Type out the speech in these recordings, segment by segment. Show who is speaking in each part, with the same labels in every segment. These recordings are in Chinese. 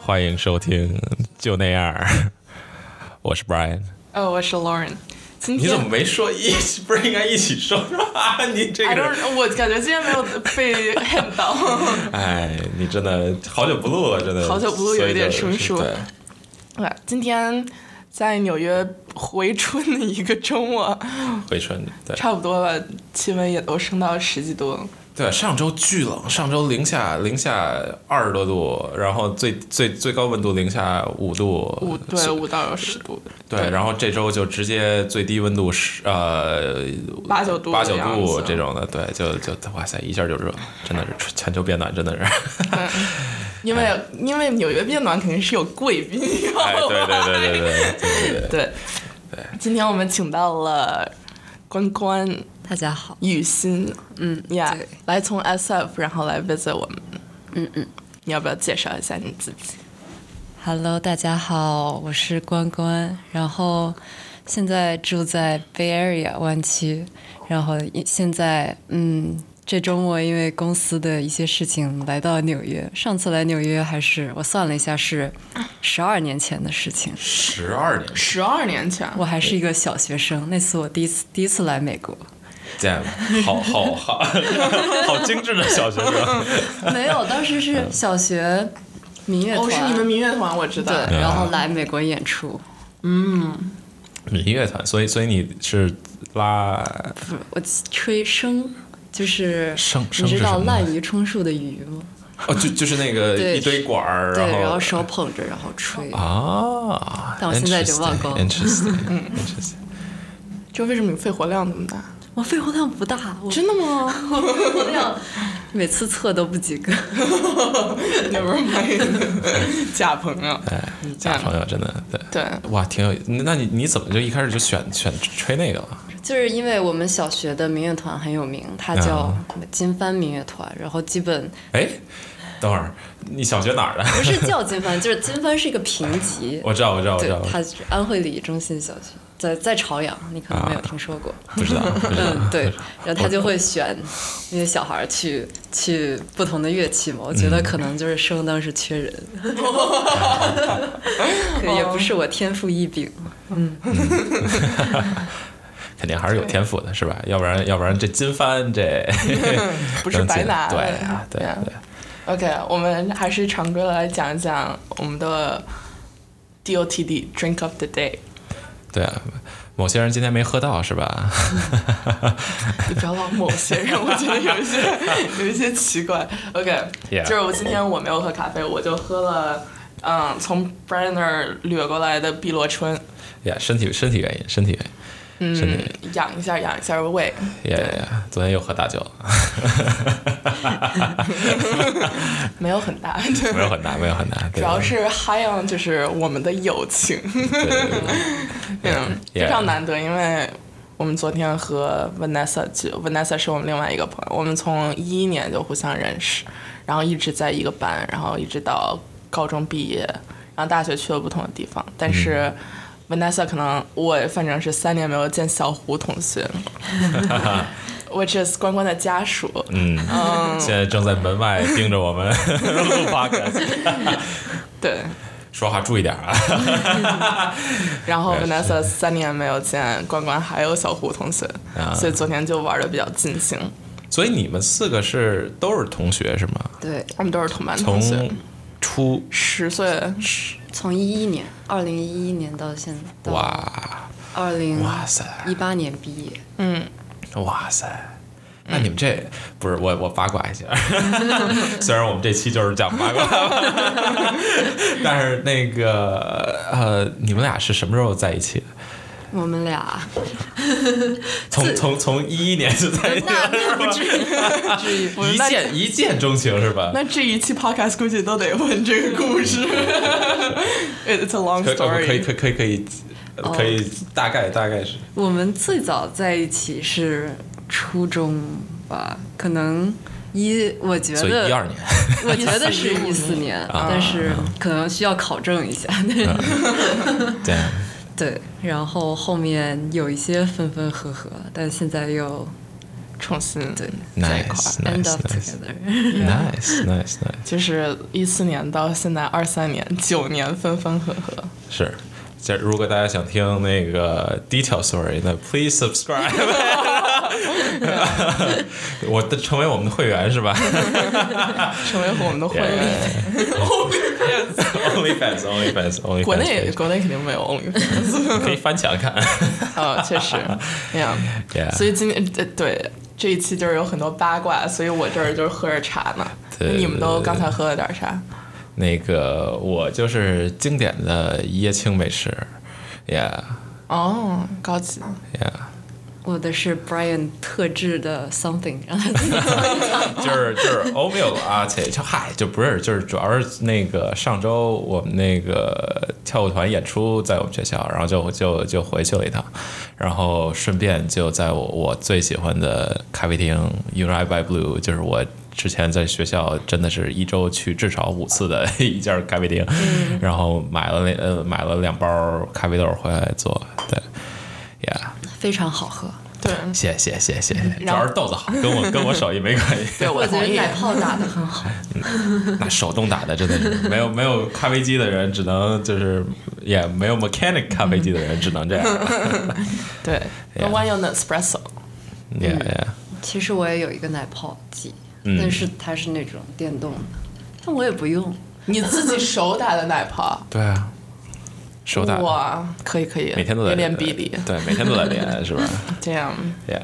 Speaker 1: 欢迎收听，就那样儿。 我是 Brian，
Speaker 2: 哦，我是 Lauren。今
Speaker 1: 你
Speaker 2: 天
Speaker 1: 怎么没说一 起？不是应该一起说吗？ 你这
Speaker 2: I
Speaker 1: 个
Speaker 2: don't，
Speaker 1: 人，
Speaker 2: know，我感觉今天没有 被 hit 到。
Speaker 1: 哎，你真的好久不录了，真的
Speaker 2: 好久不录有一点生疏
Speaker 1: 所以就对
Speaker 2: 对，今天在纽约回春的一个周末，
Speaker 1: 回春，对
Speaker 2: 差不多吧，气温也都升到十几度了。
Speaker 1: 对，上周巨冷，上周零下零下二十多度，然后最最最高温度零下五度，
Speaker 2: 五对
Speaker 1: 所
Speaker 2: 五到十度，
Speaker 1: 呃对，然后这周就直接最低温度是呃
Speaker 2: 八九度
Speaker 1: 八九
Speaker 2: 的样
Speaker 1: 度
Speaker 2: 子
Speaker 1: 这种的，对，就就哇塞，一下就热，真的是全球变暖，真的是，
Speaker 2: 因为因为纽约变暖肯定是有贵宾，
Speaker 1: 哎，对对对对对对对对，
Speaker 2: 对今天我们请到了关关
Speaker 3: 大家好，
Speaker 2: 雨欣，嗯呀
Speaker 3: 对，
Speaker 2: 来从 SF 然后来 visit 我们，嗯嗯，你要不要介绍一下你自己？
Speaker 3: Hello，大家好，我是关关，然后现在住在 Bay Area 湾区，然后现在嗯，这周末因为公司的一些事情来到纽约，上次来纽约还是我算了一下是十二年前的事情，
Speaker 1: 十二年
Speaker 2: 十二年前，
Speaker 3: 我还是一个小学生，那次我第一次第一次来美国，
Speaker 1: 见，好好好 好精致的小学生，
Speaker 3: 没有，当时是小学民乐团，
Speaker 2: 哦，是你们民乐团，我知道。
Speaker 1: 嗯
Speaker 3: 对，然后来美国演出，
Speaker 1: 民乐团，所以所以你是拉
Speaker 3: 不是我吹笙，就是
Speaker 1: 笙
Speaker 3: 你
Speaker 1: 笙是
Speaker 3: 知
Speaker 1: 什
Speaker 3: 道
Speaker 1: 么
Speaker 3: 滥竽充数的鱼吗？
Speaker 1: 哦，就就是那个
Speaker 3: 对
Speaker 1: 一堆管儿，
Speaker 3: 对，然
Speaker 1: 后
Speaker 3: 后手捧着，然后吹。
Speaker 1: 啊，
Speaker 3: 但我现在就忘光 了
Speaker 1: Interesting，interesting，interesting，
Speaker 2: 就为什么你肺活量那么 大？
Speaker 3: 我肺活量不大，我
Speaker 2: 真的吗
Speaker 3: 肺活量 每次测都不及格。
Speaker 2: ？Never mind，假朋友，
Speaker 1: 哎假朋友真的对。
Speaker 2: 对，
Speaker 1: 哇，挺有，那你你怎么就一开始就选选吹那个了？
Speaker 3: 就是因为我们小学的民乐团很有名，
Speaker 1: 啊
Speaker 3: 它叫金帆民乐团，然后基本
Speaker 1: 哎，等会儿，你小学哪儿的？
Speaker 3: 不是叫金帆， 就是金帆是一个评级。
Speaker 1: 我知道，我知道，我知
Speaker 3: 对
Speaker 1: 道，，
Speaker 3: 它是安徽礼仪中心小学，在在朝阳，你可能没有
Speaker 1: 啊
Speaker 3: 听说过。
Speaker 1: 不知道，不知道。
Speaker 3: 嗯，对，然后他就会选那些小孩儿去去不同的乐器嘛。我觉得可能就是生当时缺 人，可也不是我天赋异禀。
Speaker 1: 肯定还是有天赋的，是吧？要不然，要不然这金帆这
Speaker 2: 不是白拿的
Speaker 1: 对啊，对啊
Speaker 2: Yeah
Speaker 1: 对啊。
Speaker 2: OK，我们还是常规的来讲一讲我们的 DOTD Drink of the Day。
Speaker 1: 对啊，某些人今天没喝到是吧？
Speaker 2: 你不要往某些人，我觉得有 一些有一些奇怪。OK，、
Speaker 1: Yeah
Speaker 2: 就是我今天我没有喝咖啡，我就喝了嗯从 Brand 那儿掠过来的碧螺春，
Speaker 1: 呀，身体身体原因，身体原因，嗯、身体原
Speaker 2: 养一下养一下胃。
Speaker 1: 因。呀呀呀！昨天又喝大酒了，
Speaker 2: 没有很 大，对，
Speaker 1: 没有很大，没有很大。主
Speaker 2: 主要是 high on 就是我们的友情，
Speaker 1: 对对对
Speaker 2: 嗯，
Speaker 1: Yeah
Speaker 2: 非常难得，因为我们昨天和 Vanessa 去，Vanessa 是我们另外一个朋友，我们从一一年就互相认识，然后一直在一个班，然后一直到高中毕业，然后大学去了不同的地方，但
Speaker 1: 嗯
Speaker 2: 是。Vanessa 可能我反正是三年没有见小胡同学 ，which is 关关的家属，
Speaker 1: 嗯，现在正在门外盯着我们录 podcast，
Speaker 2: 对，
Speaker 1: 说话注意点啊！
Speaker 2: 然后
Speaker 1: 对
Speaker 2: Vanessa 三年没有见关关，还有小胡同学，
Speaker 1: 啊
Speaker 2: 所以昨天就玩的比较尽兴。
Speaker 1: 所以你们四个是都是同学是吗？
Speaker 3: 对，
Speaker 2: 我们都是同班同学
Speaker 1: 从，初
Speaker 2: 十岁，
Speaker 3: 从一一年，二零一一年到现在，
Speaker 1: 哇
Speaker 3: 二零
Speaker 1: 哇塞
Speaker 3: 一八年毕业，
Speaker 1: 哇塞！那你们这、不是我我八卦一下， 虽然我们这期就是讲八卦， 但是那个呃，你们俩是什么时候在一起的？
Speaker 3: 我们俩
Speaker 1: 从从从一一年就在一起
Speaker 3: 那
Speaker 1: 了，
Speaker 3: 那不至于，不至于。
Speaker 1: 一
Speaker 2: 那
Speaker 1: 见一见钟情是吧？
Speaker 2: 那这一期 podcast 估计都得问这个故事。It's a long
Speaker 1: 可可以
Speaker 2: story。
Speaker 1: 可以可以可以可
Speaker 3: 哦
Speaker 1: 以大概大概是
Speaker 3: 我们最早在一起是初中吧，可能一我觉
Speaker 1: 所以
Speaker 3: 得
Speaker 1: 一二年，
Speaker 3: 我觉得是一 四年，啊但是可能需要考证一下。
Speaker 1: 对，
Speaker 3: 对，然后后面有一些分分合合，但现在又
Speaker 2: 重新
Speaker 4: 对
Speaker 2: 在一块儿。
Speaker 1: Nice,
Speaker 4: end
Speaker 1: nice,
Speaker 4: up
Speaker 1: nice,
Speaker 4: together。
Speaker 1: nice, nice, nice。
Speaker 2: 就是一四年到现在二三年，九年分分合合。
Speaker 1: 是，这如果大家想听那个 detail story，那 please subscribe。我的成为我们的会员是吧
Speaker 2: 成为我们的会员。
Speaker 1: 哎？OnlyFans, OnlyFans, OnlyFans。
Speaker 2: 国内国内肯定没有 OnlyFans，
Speaker 1: 可以翻墙 看。
Speaker 2: 哦，确 实，那样。
Speaker 1: Yeah
Speaker 2: 所以今年呃对这一期就是有很多八卦，所以我这儿就是喝着茶呢。
Speaker 1: 对
Speaker 2: 你们都刚才喝了点啥？
Speaker 1: 那个我就是经典的椰青美食，Yeah
Speaker 2: 哦，高级。
Speaker 1: Yeah，
Speaker 4: 我的是 Brian 特制的 something，然后自己
Speaker 1: 就是就是 oatmeal latte，就嗨，就不是，就是主要是那个上周我们那个跳舞团演出在我们学校，然后就就就回去了一趟，然后顺便就在我我最喜欢的咖啡厅 Uni by Blue，就是我。之前在学校真的是一周去至少五次的一家咖啡厅，然后买了那呃买了两包咖啡豆回来做，对，Yeah。
Speaker 4: 非常好 喝。
Speaker 2: 对
Speaker 1: 谢谢谢谢谢谢，主
Speaker 2: 然后
Speaker 1: 要是豆子好，跟我跟我手艺没关系，
Speaker 2: 对，我
Speaker 4: 觉
Speaker 2: 同
Speaker 4: 得
Speaker 2: 意。
Speaker 4: 奶泡打的很好，
Speaker 1: 那啊手动打的真的 是没有没有咖啡机的人，只能就是也没有 mechanic 咖啡机的人，只能这样
Speaker 2: 嗯
Speaker 1: 了。
Speaker 2: 对
Speaker 1: Yeah
Speaker 2: ，No one 用 Nespresso。
Speaker 1: Yeah yeah，
Speaker 4: 其实我也有一个奶泡机，
Speaker 1: 嗯
Speaker 4: 但是它是那种电动的，但我也不用。
Speaker 2: 你自己手打的奶 泡，
Speaker 1: 对啊，手打的
Speaker 2: 哇，可以可以，
Speaker 1: 每天都在
Speaker 2: 有点比例，
Speaker 1: 对，每天都在 练是吧
Speaker 2: 这样。
Speaker 1: ？Yeah，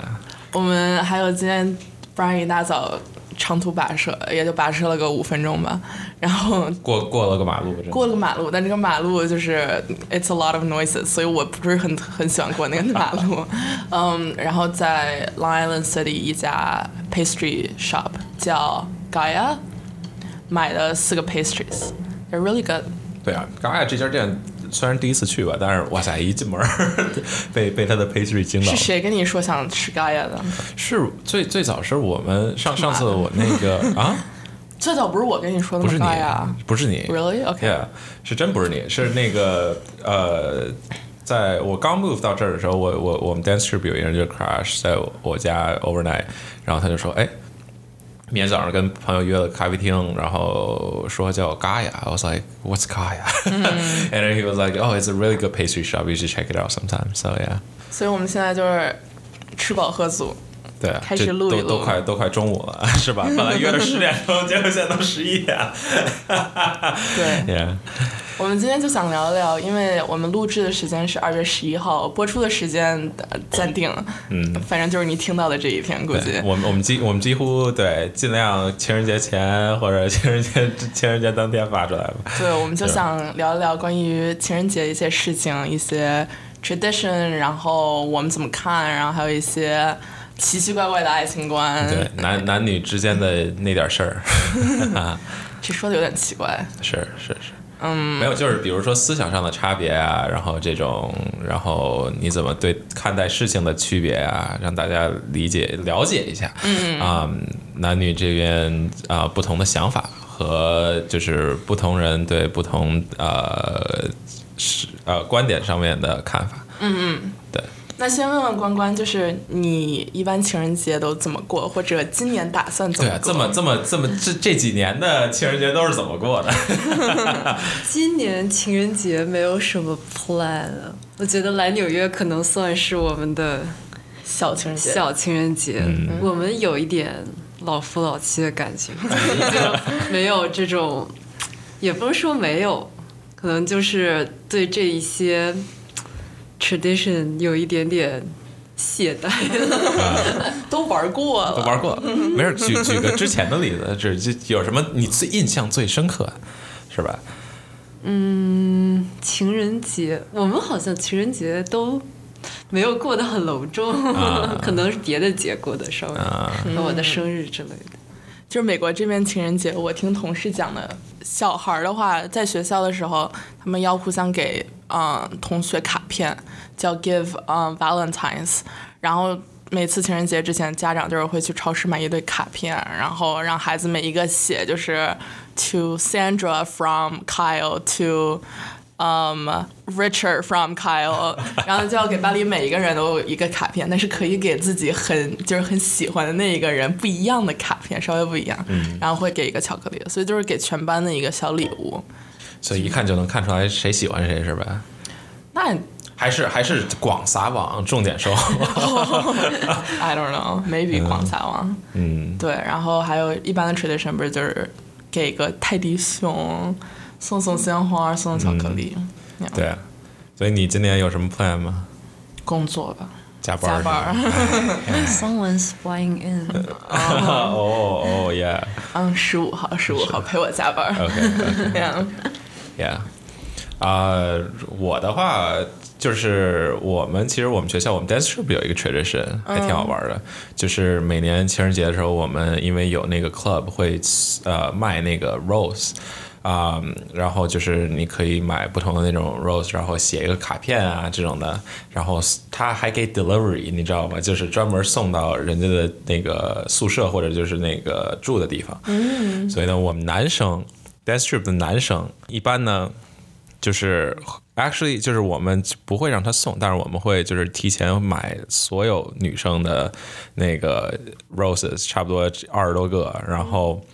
Speaker 2: 我们还有今天 Brian 一大早长途跋涉，也就跋涉了个五分钟吧，然后
Speaker 1: 过过了个马路，真的
Speaker 2: 过了个马路，但这个马路就是 it's a lot of noises，所以我不是很很喜欢过那个马 路。嗯，然后在 Long Island City 一家 pastry shop 叫 Gaia 买了四个 pastries，they're really good。
Speaker 1: 对啊，刚才这家店虽然第一次去吧，但是哇塞，一进门儿 被被他的 pastry 惊到
Speaker 2: 是
Speaker 1: 了。
Speaker 2: 谁跟你说想吃 Gaia 的？
Speaker 1: 是最最早是我们上上次我那个啊，
Speaker 2: 最早不是我跟你说的
Speaker 1: 不
Speaker 2: 吗
Speaker 1: 是你
Speaker 2: ？Gaia。，
Speaker 1: 不是你
Speaker 2: Really? OK.
Speaker 1: Yeah，是真不是你，是那个呃，在我刚 move 到这儿的时候，我我我们 dance trip 有一人就 crash 在我我家 overnight，然后他就说，哎，明天早上跟朋友约了咖啡厅，然后说叫 Gaia，I was like what's Gaia，and then he was like oh it's a really good pastry shop，you should check it out sometime，so yeah，
Speaker 2: 所以我们现在就是吃饱喝足。
Speaker 1: 对啊，
Speaker 2: 开始
Speaker 1: 这
Speaker 2: 录一
Speaker 1: 都都
Speaker 2: 录
Speaker 1: 快都快中午了，是吧？本来约了十点钟，结果现在都十一点了
Speaker 2: 对，
Speaker 1: ，yeah，
Speaker 2: 我们今天就想聊聊，因为我们录制的时间是二月十一号，播出的时间呃暂定，嗯，反正就是你听到的这一天，估计
Speaker 1: 对，。我们我们几我们几乎对尽量情人节前或者情人节情人节当天发出来吧。
Speaker 2: 对，我们就想聊一聊关于情人节一些事情，一些 tradition，然后我们怎么看，然后还有一些奇奇怪怪的爱情观。
Speaker 1: 对，男男女之间的那点事儿，
Speaker 2: 这说的有点奇怪。
Speaker 1: 是是是，嗯，没有，就是比如说思想上的差别啊，然后这种，然后你怎么对看待事情的区别啊，让大家理解了解一下，嗯啊、男女这边啊、不同的想法和就是不同人对不同呃是呃观点上面的看法，嗯嗯，对。
Speaker 2: 那先问问关关，就是你一般情人节都怎么过，或者今年打算怎
Speaker 1: 对
Speaker 2: 么
Speaker 1: 啊，
Speaker 2: 过？
Speaker 1: 这么这么这么这这几年的情人节都是怎么过的？
Speaker 4: 今年情人节没有什么 plan，了我觉得来纽约可能算是我们的
Speaker 2: 小情人节，
Speaker 4: 小情人节，我们有一点老夫老妻的感觉， 就没有这种，也不能说没有，可能就是对这一些 tradition 有一点点懈 怠。
Speaker 2: 都玩过了
Speaker 1: 都。玩过，
Speaker 2: 嗯
Speaker 1: 没事，举举个之前的例子，这这有什么你最印象最深刻的，是吧？
Speaker 4: 情人节，我们好像情人节都没有过得很隆重， 可能是别的节过的稍微，和我的生日之类的。
Speaker 2: 就是美国这边情人节，我听同事讲的，小孩儿的话，在学校的时候，他们要互相给嗯同学卡片，叫 give 嗯 Valentines，然后。每次情人节之前，家长就是会去超市买一堆卡片，然后让孩子每一个写，就是 to Sandra from Kyle to 嗯 Richard from Kyle，然 后就要给班里每一个人都有一个卡片，但是可以给自己很就是很喜欢的那一个人不一样的卡片，稍微不一样，然后会给一个巧克力，所以就是给全班的一个小礼物。
Speaker 1: 所以一看就能看出来谁喜欢谁是吧？
Speaker 2: 那
Speaker 1: 还是还是广撒网，重点收。
Speaker 2: I don't know, maybe 广撒网。
Speaker 1: 嗯，
Speaker 2: 对，然后还有一般的 tradition 不是就是给个泰迪熊，送送鲜花，送送巧克力，那样
Speaker 1: 对。所以你今年有什么 plan 吗？
Speaker 2: 工作吧，
Speaker 1: 加班
Speaker 2: 加
Speaker 1: 儿是
Speaker 2: 班
Speaker 1: 吧？
Speaker 2: 儿。
Speaker 4: Someone's flying in，
Speaker 1: 哦哦，yeah，
Speaker 2: 嗯，十五号，十五号陪我加班儿。
Speaker 1: OK，
Speaker 2: 这样
Speaker 1: Yeah，啊、我的话就是我们其实我们学校我们 dance troupe 有一个 tradition，还挺好玩的，就是每年情人节的时候，我们因为有那个 club 会呃卖那个 rose。啊、然后就是你可以买不同的那种 rose，然后写一个卡片啊这种的，然后他还给 delivery，你知道吗？就是专门送到人家的那个宿舍或者就是那个住的地方。嗯，所以呢，我们男生 dance trip 的男生一般呢，就是 actually 就是我们不会让他送，但是我们会就是提前买所有女生的那个 roses，差不多二十多个，然后。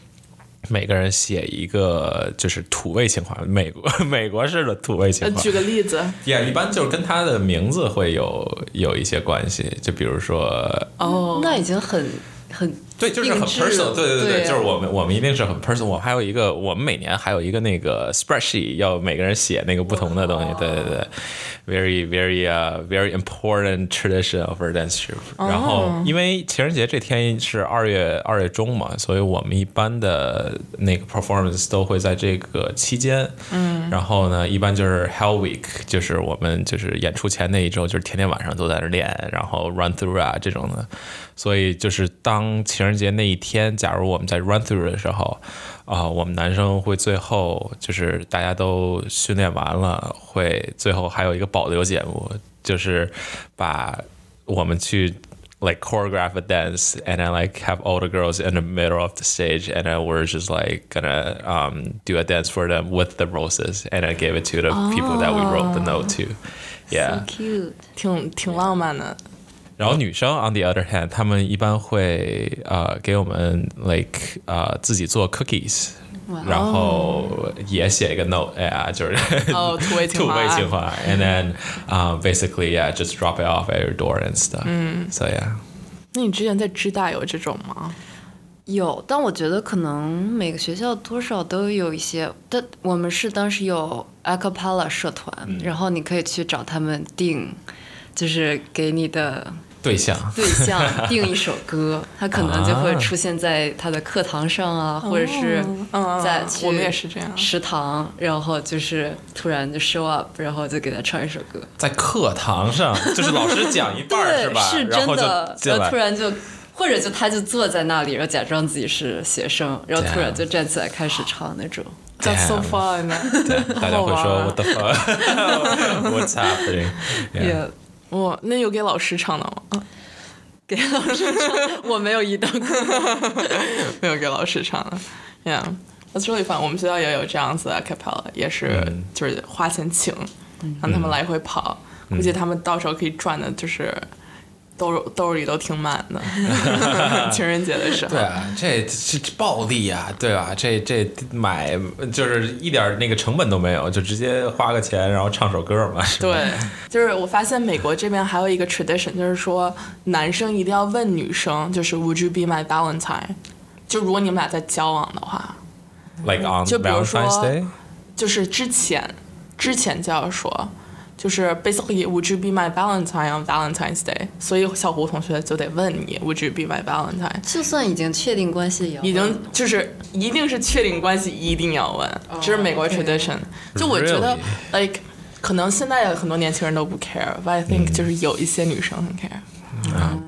Speaker 1: 每个人写一个就是土味情话，美国美国式的土味情
Speaker 2: 呃，
Speaker 1: 话。
Speaker 2: 举个例子，
Speaker 1: Yeah，一般就是跟他的名字会有有一些关系，就比如说，
Speaker 2: 哦，
Speaker 4: 那已经很很
Speaker 1: 对，就是很
Speaker 4: 定制
Speaker 1: personal，对对
Speaker 4: 对啊
Speaker 1: 就是我们我们一定是很 personal。我们还有一个，我们每年还有一个那个 spreadsheet，要每个人写那个不同的东西，对对对，very very 呃、very important tradition of our dance troupe、然后因为情人节这天是二月二月中嘛，所以我们一般的那个 performance 都会在这个期间，嗯，然后呢，一般就是 Hell Week，就是我们就是演出前那一周，就是天天晚上都在那练，然后 run through 啊这种的。所以就是当情人节那一天，假如我们在 run through 的时候，啊、我们男生会最后就是大家都训练完了，会最后还有一个保留节目，就是把我们去 like choreograph a dance and then like have all the girls in the middle of the stage and then we're just like gonna um, do a dance for them with the roses and then give it to the people that we wrote the note to. Yeah.
Speaker 4: cute，
Speaker 2: 挺挺浪漫的，
Speaker 1: 然后女生，on the other hand，她们一般会呃给我们 like 呃自己做 cookies，
Speaker 4: 哇
Speaker 1: 然后也写一个 note，哎呀，就是
Speaker 2: 哦土味情
Speaker 1: 土
Speaker 2: 话
Speaker 1: 味情话，and then 啊 basically yeah just drop it off at your door and stuff，嗯，so yeah，
Speaker 2: 那你之前在知大有这种吗？
Speaker 4: 有，但我觉得可能每个学校多少都有一些。但我们是当时有 acapella 社团，然后你可以去找他们定，就是给你的
Speaker 1: 对象，
Speaker 4: 对象定一首歌，他可能就会出现在他的课堂上啊，或者是
Speaker 2: 嗯
Speaker 4: 在
Speaker 2: 我们也是这样
Speaker 4: 食堂，然后就是突然就 show up，然后就给他唱一首歌。
Speaker 1: 在课堂上就是老师讲一半儿
Speaker 4: 对，
Speaker 1: 吧？
Speaker 4: 是
Speaker 1: 然
Speaker 4: 真
Speaker 1: 后就
Speaker 4: 的。
Speaker 1: 进来
Speaker 4: 突，然就，或者就他就坐在那里，然后假装自己是学生，然后突然
Speaker 1: Damn
Speaker 4: 就站起来开始唱那种。
Speaker 2: ，That's so
Speaker 1: Damn
Speaker 2: fun！
Speaker 1: 对大家会
Speaker 2: 好玩
Speaker 1: 说
Speaker 2: 啊
Speaker 1: what the fuck，what's happening？Yeah，
Speaker 4: 也
Speaker 2: 我哦那有给老师唱的吗？
Speaker 4: 给老师唱，我没有一等歌。
Speaker 2: 没有给老师唱的，Yeah。That's really fun。我们学校也有这样子的 capella，也是
Speaker 1: 嗯
Speaker 2: 就是花钱请，让他们来回跑，
Speaker 1: 嗯
Speaker 2: 估计他们到时候可以赚的，就是兜兜里都挺 满的。情人节的时候
Speaker 1: 对，啊，这这这暴利啊，对吧、这这买就是一点儿那个成本都没有，就直接花个钱，然后唱首歌嘛。是吧
Speaker 2: 对， 就是我发现美国这边还有一个 tradition，就是说男生一定要问女生，就是 Would you be my Valentine？就如果你们俩在交往的话，
Speaker 1: ，like on
Speaker 2: 就比如说
Speaker 1: Valentine's Day，
Speaker 2: 就是之前之前就要说，就是 basically Would you be my Valentine on Valentine's Day？所以小胡同学就得问你 Would you be my Valentine？
Speaker 4: 就算已经确定关系，也要
Speaker 2: 已经就是一定是确定关系，一定要问，这是美国
Speaker 4: OK
Speaker 2: tradition。就我觉得
Speaker 1: Really？
Speaker 2: ，like 可能现在有很多年轻人都不 care，but I think 就是有一些女生很 care。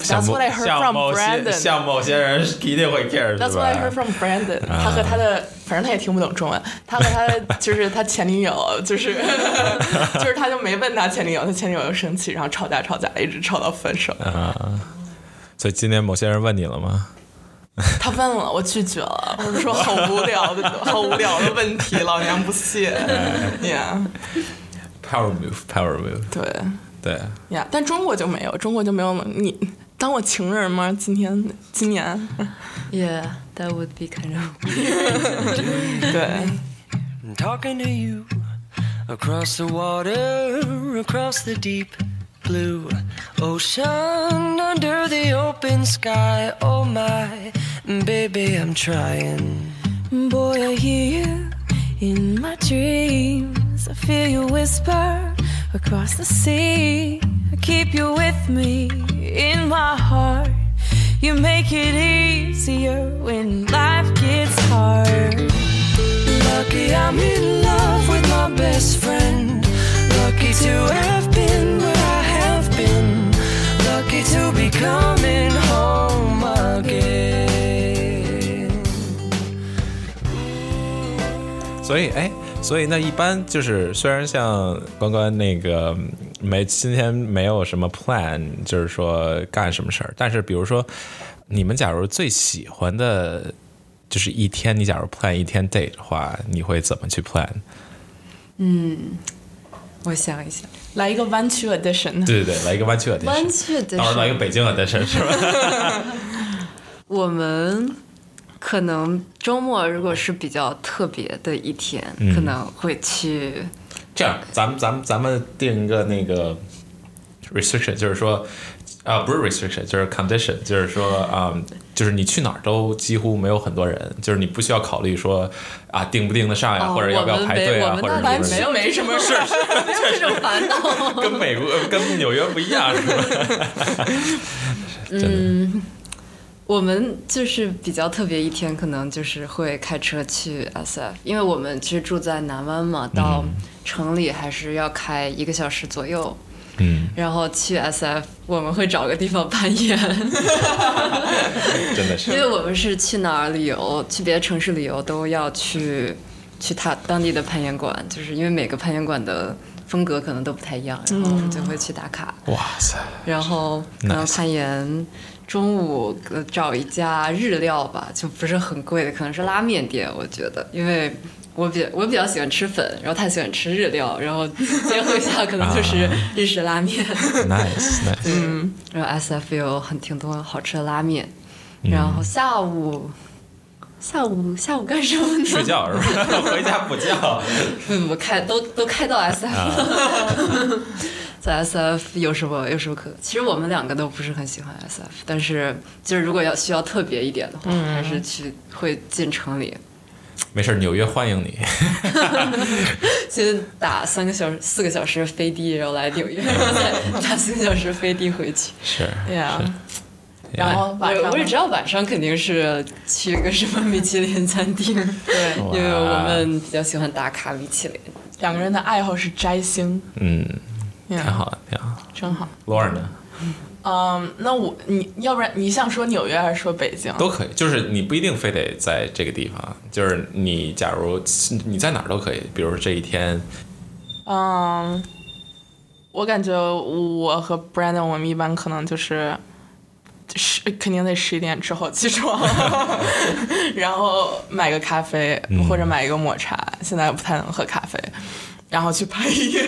Speaker 1: 像
Speaker 2: That's
Speaker 1: 某
Speaker 2: what I heard
Speaker 1: 像
Speaker 2: from
Speaker 1: 某些
Speaker 2: Brandon
Speaker 1: 像某些人一定会 care，
Speaker 2: That's
Speaker 1: 是
Speaker 2: what I
Speaker 1: 吧？
Speaker 2: heard from Brandon、他和他的，反正他也听不懂中文。他和他的就是他前女友，就是 就是他就没问他前女友，他前女友就生气，然后吵架吵架，一直吵到分手。
Speaker 1: 所以今天某些人问你了吗？
Speaker 2: 他问了，我拒绝了，我说好无聊的，好无聊的问题，老娘不屑。Yeah，
Speaker 1: power move power move，
Speaker 2: 对
Speaker 1: 对，
Speaker 2: 呀，但中国就没有，中国就没有你当我情人吗？今天今 年
Speaker 3: Yeah, that would be kind of
Speaker 2: 对，
Speaker 5: I'm talking to you across the water, across the deep blue ocean, under the open sky. Oh my, baby, I'm trying.
Speaker 6: Boy, I hear you in my dreams. I feel you whisper across the sea. I keep you with me in my heart. You make it easier when life gets hard.
Speaker 5: Lucky I'm in love with my best friend. Lucky to have been where I have been. Lucky to be coming home again.
Speaker 1: 所以哎，所以那一般就是虽然像关关那个嗯没今天没有什么 plan，就是说干什么事儿，但是比如说你们假如最喜欢的。就是一天，你假如 plan 一天 day 的话，你会怎么去 plan？
Speaker 3: 我想一想，
Speaker 2: 来一个湾区 edition，
Speaker 1: 对对对，来一个湾区 audition，
Speaker 3: 湾区的
Speaker 1: 到时候来一
Speaker 3: 是
Speaker 1: 个北京 audition 是吧？
Speaker 3: 我们可能周末如果是比较特别的一天，
Speaker 1: 嗯
Speaker 3: 可能会去
Speaker 1: 这样，咱们咱们咱们定一个那个 restriction，就是说，啊、不是 restriction，就是 condition，就是说，啊、就是你去哪儿都几乎没有很多人，就是你不需要考虑说啊定不定得上呀，
Speaker 3: 哦
Speaker 1: 或者要不要
Speaker 3: 我们
Speaker 1: 排
Speaker 3: 没
Speaker 1: 队啊，
Speaker 3: 哦我们
Speaker 1: 或者
Speaker 3: 那
Speaker 1: 什
Speaker 3: 里
Speaker 1: 么的。
Speaker 2: 没有没什么 事儿，
Speaker 3: 这种烦恼。
Speaker 1: 跟美国、跟纽约不一样，是吧？真的，
Speaker 3: 我们就是比较特别一天，可能就是会开车去 SF，因为我们其实住在南湾嘛，到城里还是要开一个小时左右。
Speaker 1: 嗯，
Speaker 3: 然后去 SF，我们会找个地方攀 岩，
Speaker 1: 真的
Speaker 3: 因
Speaker 1: 是，
Speaker 3: 为我们是去哪儿旅游，去别的城市旅游都要去去他当地的攀岩馆，就是因为每个攀岩馆的风格可能都不太一样，然后我们就会去打卡。
Speaker 1: 哇塞，
Speaker 3: 然后可能
Speaker 1: Nice
Speaker 3: 攀岩，中午呃找一家日料吧，就不是很贵的，可能是拉面店，我觉得，因为。我比我比较喜欢吃粉，然后他喜欢吃日料，然后结合一下可能就是日式拉面。
Speaker 1: ，nice nice，
Speaker 3: 嗯，然后 S F 有很挺多好吃的拉面，然后下午下午下午干什么呢？
Speaker 1: 睡觉是吧？ 回家补觉，
Speaker 3: 不不不开都都开到 S F 了， 在 S F 有什么有什么可？其实我们两个都不是很喜欢 S F，但是就是如果要需要特别一点的话，
Speaker 2: 嗯
Speaker 3: 还是去会进城里，
Speaker 1: 没事儿，纽约欢迎你。
Speaker 3: 先打三个小时四个小时飞的，然后来纽约，然后 再打四个小时飞的回去。
Speaker 1: 是，
Speaker 2: 呀，然后晚上
Speaker 3: 我我也知道晚上肯定是去一个什么米其林餐厅，
Speaker 2: 对
Speaker 3: 因为我们比较喜欢打卡米其林。
Speaker 2: 两个人的爱好是摘星，
Speaker 1: 嗯，
Speaker 2: 挺
Speaker 1: 挺好，的，挺好。
Speaker 2: 真好。
Speaker 1: 罗尔呢？
Speaker 2: 嗯，那我你要不然你想说纽约还是说北京？
Speaker 1: 都可以，就是你不一定非得在这个地方，就是你假如你在哪儿都可以，比如说这一 天，
Speaker 2: 嗯，我感觉我和 Brandon 我们一般可能就是十肯定得十一点之后 起床，然后买个咖啡
Speaker 1: 嗯
Speaker 2: 或者买一个抹茶，现在不太能喝咖啡，然后去攀岩。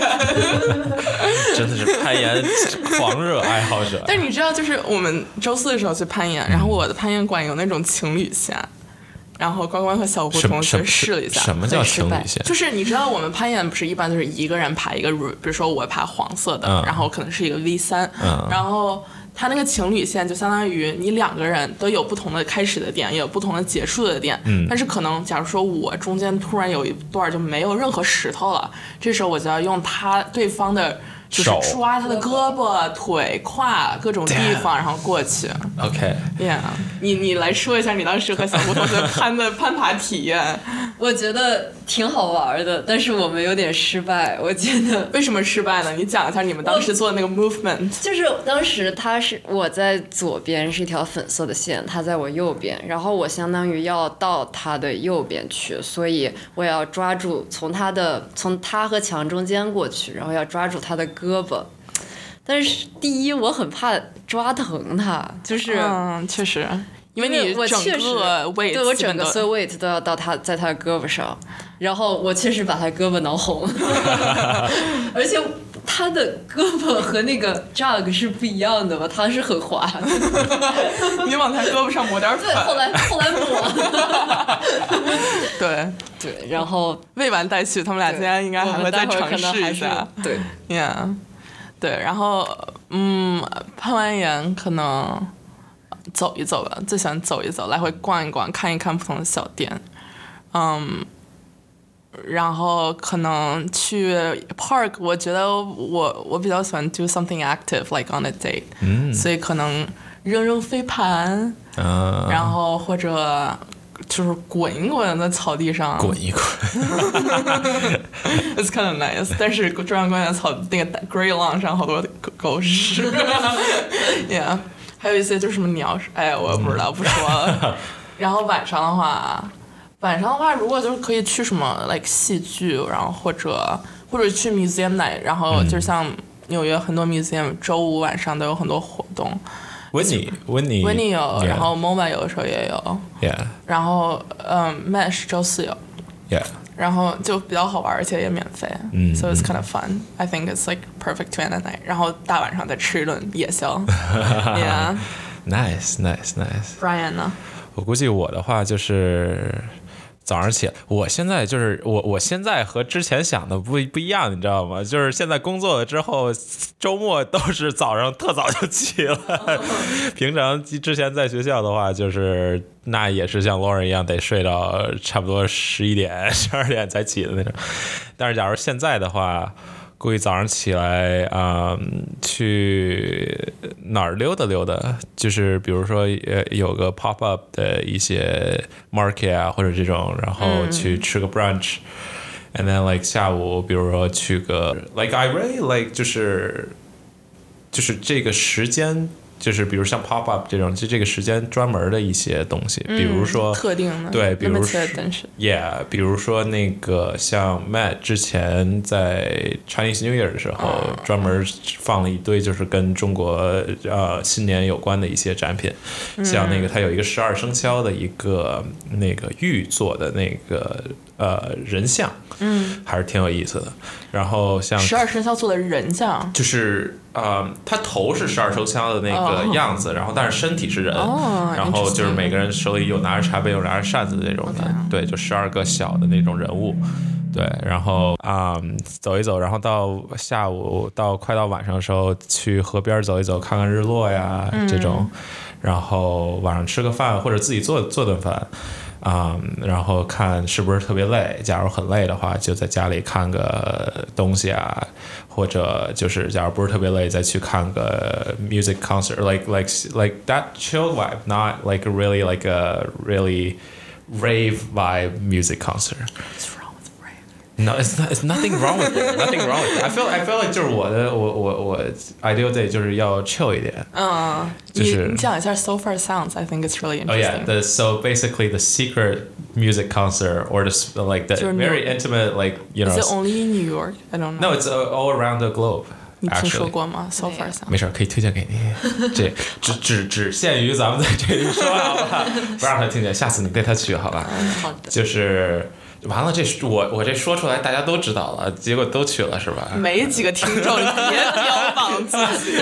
Speaker 1: 真的是攀岩狂热爱好者。
Speaker 2: 但是你知道，就是我们周四的时候去攀
Speaker 1: 嗯
Speaker 2: 岩，然后我的攀岩馆有那种情侣线，然后关关和小胡
Speaker 1: 什
Speaker 2: 同
Speaker 1: 么什
Speaker 2: 学
Speaker 1: 么
Speaker 2: 试了一下，
Speaker 1: 什么叫情侣线？
Speaker 2: 就是你知道我们攀岩不是一般就是一个人爬一个 route，比如说我爬黄色的，
Speaker 1: 嗯
Speaker 2: 然后可能是一个 V 三、
Speaker 1: 嗯
Speaker 2: 然后它那个情侣线就相当于你两个人都有不同的开始的点，也有不同的结束的点，
Speaker 1: 嗯
Speaker 2: 但是可能假如说我中间突然有一段就没有任何石头了，这时候我就要用他对方的。就是
Speaker 1: 手
Speaker 2: 抓他的胳膊、腿、胯各种地方，然后过去。
Speaker 1: OK，
Speaker 2: Yeah，你你来说一下你当时和小胡同学攀的攀爬体验，
Speaker 3: 我觉得挺好玩的，但是我们有点失败。我觉得
Speaker 2: 为什么失败呢？你讲一下你们当时做的那个 movement。
Speaker 3: 就是当时他是我在左边是一条粉色的线，他在我右边，然后我相当于要到他的右边去，所以我要抓住从他的从他和墙中间过去，然后要抓住他的胳膊。但是第一，我很怕抓疼他，就是。
Speaker 2: 嗯，确实，因为你
Speaker 4: 我
Speaker 2: 整
Speaker 4: 确实
Speaker 2: 个位
Speaker 4: 对我整个所
Speaker 2: 有
Speaker 4: 有 weight 都要到他在他的胳膊上，然后我确实把他胳膊挠红， 而且他的胳膊和那个 jug 是不一样的吧？他是很滑的，
Speaker 2: 你往他胳膊上 抹点粉
Speaker 4: 对，，后来后来抹，
Speaker 2: 对，
Speaker 4: 对，然后
Speaker 2: 未完待续，他们俩今天应该还
Speaker 4: 我们
Speaker 2: 再
Speaker 4: 待会儿
Speaker 2: 尝
Speaker 4: 可能
Speaker 2: 试
Speaker 4: 还
Speaker 2: 一
Speaker 4: 是
Speaker 2: 下，
Speaker 4: 对，
Speaker 2: yeah，对，然后嗯，攀完岩可能走一走吧，最喜欢走一走，来回逛一逛，看一看不同的小店，嗯，然后可能去 park，我觉得我我比较喜欢 do something active like on a date，、
Speaker 1: 嗯
Speaker 2: 所以可能扔扔飞盘，
Speaker 1: 啊，
Speaker 2: 然后或者就是滚一滚在草地上，
Speaker 1: 滚一滚，
Speaker 2: It's kind of nice，但是中央公园的草那个大 grey lawn 上好多狗狗屎，yeah，还有一些就是什么鸟屎，哎，我不知道，不说了。然后晚上的话，晚上的话，如果就是可以去什么 like 戏剧，然后或者或者去 museum night，然后就像纽约很多 museum 周五晚上都有很多活动，
Speaker 1: 温妮，温妮，
Speaker 2: 温尼有，
Speaker 1: Yeah，
Speaker 2: 然后 MoMA 有的时候也有，
Speaker 1: yeah
Speaker 2: 然后嗯 Mesh 周四有。
Speaker 1: yeah，
Speaker 2: 然后就比较好玩，而且也免费，
Speaker 1: 嗯
Speaker 2: so it's kind of fun. I think it's like perfect to end a night. 然后大晚上再吃一顿 夜宵，yeah.
Speaker 1: nice nice nice。
Speaker 2: Brian 呢？
Speaker 1: 我估计我的话就是早上起来，我现在就是我我现在和之前想的不不一样，你知道吗？就是现在工作了之后，周末都是早上特早就起了。 平常之前在学校的话，就是那也是像 Lauren 一样得睡到差不多十一点、十二点才起的那种。但是假如现在的话，估计早上起来啊、嗯去哪儿溜达溜达，就是比如说呃有个 pop up 的一些 market 啊，或者这种，然后去吃个 brunch、And then like 下午，比如说去个 like I really like 就是就是这个时间，就是比如像 pop up 这种，就这个时间专门的一些东西，比如说
Speaker 2: 嗯特定的，
Speaker 1: 对，比如说
Speaker 2: limited edition
Speaker 1: Yeah，比如说那个像 Matt 之前在 Chinese New Year 的时候，
Speaker 2: 啊
Speaker 1: 专门放了一堆就是跟中国呃新年有关的一些展品，
Speaker 2: 嗯
Speaker 1: 像那个他有一个十二生肖的一个那个玉做的那个呃人像，嗯，还是挺有意思的。然后像
Speaker 2: 十二生肖做的人像，
Speaker 1: 就是呃，他头是十二生肖的那
Speaker 2: 哦
Speaker 1: 个样子，然后但是身体是人，
Speaker 2: 哦
Speaker 1: 然后就是
Speaker 2: interesting
Speaker 1: 每个人手里有拿着茶杯，有拿着扇子的那种的
Speaker 2: OK
Speaker 1: 对，就十二个小的那种人物。对，然后啊、嗯走一走，然后到下午到快到晚上的时候，去河边走一走，看看日落呀、这种，然后晚上吃个饭或者自己做做顿饭，啊、然后看是不是特别累。假如很累的话，就在家里看个东西啊，或者就是假如不是特别累，再去看个 music concert，like like like that chill vibe，not like really like a really rave vibe music concert。
Speaker 2: What's wrong with Brian?
Speaker 1: No, it's not, it's nothing wrong with it. Nothing wrong with it. I feel I feel like 就是我的我我我 ideal day 就是要 chill 一点。
Speaker 2: Oh, 嗯，
Speaker 1: 就是
Speaker 2: 你你讲一下 so far sounds. I think it's really
Speaker 1: Oh yeah,
Speaker 2: interesting.
Speaker 1: the so basically the secret music concert or just like the
Speaker 2: Sort of
Speaker 1: very
Speaker 2: no-
Speaker 1: intimate like you know.
Speaker 2: Is it only in New York? I don't know.
Speaker 1: no, it's uh, all around the globe.
Speaker 2: 你听说
Speaker 1: Actually.
Speaker 2: 过吗？So far sounds.
Speaker 1: 没事儿，可以推荐给 你。这只只只限于咱们在这里说好 吧，不让他听见。下次你带他去好吧。
Speaker 4: 嗯好的，
Speaker 1: 就是完了，这我我这说出来大家都知道了，结果都去了是吧？
Speaker 4: 嗯
Speaker 2: 没几个听众，别 标榜自己。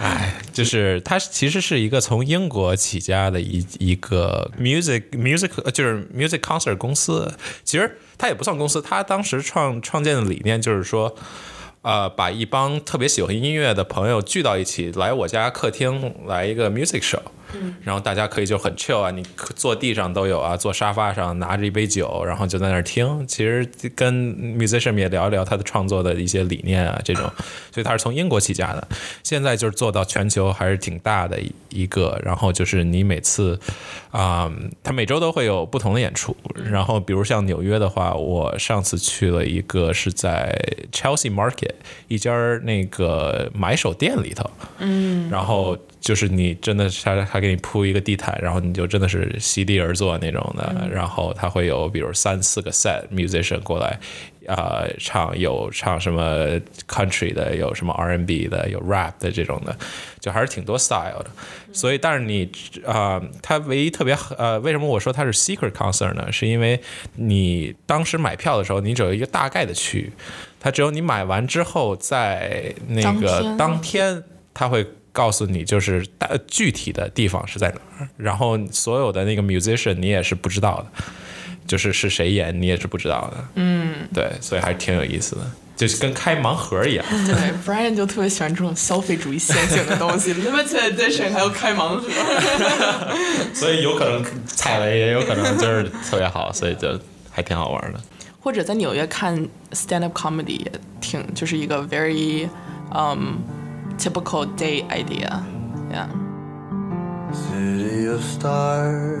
Speaker 1: 哎，就是它其实是一个从英国起家的一一个 music music 呃就是 music concert 公司。其实它也不算公司，它当时创创建的理念就是说，呃，把一帮特别喜欢音乐的朋友聚到一起，来我家客厅来一个 music show。然后大家可以就很 chill 啊，你可坐地上都有啊，坐沙发上拿着一杯酒，然后就在那儿听。其实跟 musician 也聊一聊他的创作的一些理念啊，这种。所以他是从英国起家的，现在就是做到全球还是挺大的一个。然后就是你每次啊、他每周都会有不同的演出。然后比如像纽约的话，我上次去了一个是在 Chelsea Market 一家儿那个买手店里头，嗯，然后就是你真的是他他给你铺一个地毯，然后你就真的是席地而坐那种的，然后他会有比如三四个 set musician 过来，呃唱有唱什么 country 的，有什么 R&B 的，有 rap 的这种的，就还是挺多 style 的。所以，但是你啊、呃它唯一特别呃，为什么我说它是 secret concert 呢？是因为你当时买票的时候，你只有一个大概的区域，它只有你买完之后，在那个
Speaker 7: 当天
Speaker 1: 当天它会。告诉你就是大具体的地方是在哪儿，然后所有的那个 musician 你也是不知道的，就是是谁演你也是不知道的，嗯，对，所以还是挺有意思的，就是跟开盲盒 一样。
Speaker 7: 对，Brian 就特别喜欢这种消费主义陷阱的东 西，limited edition 还有开盲盒。
Speaker 1: 所以有可能踩雷，也有可能就是特别好，所以就还挺好玩的。
Speaker 7: 或者在纽约看 stand up comedy 也挺，就是一个 very um typical day idea。Yeah.
Speaker 5: City of stars,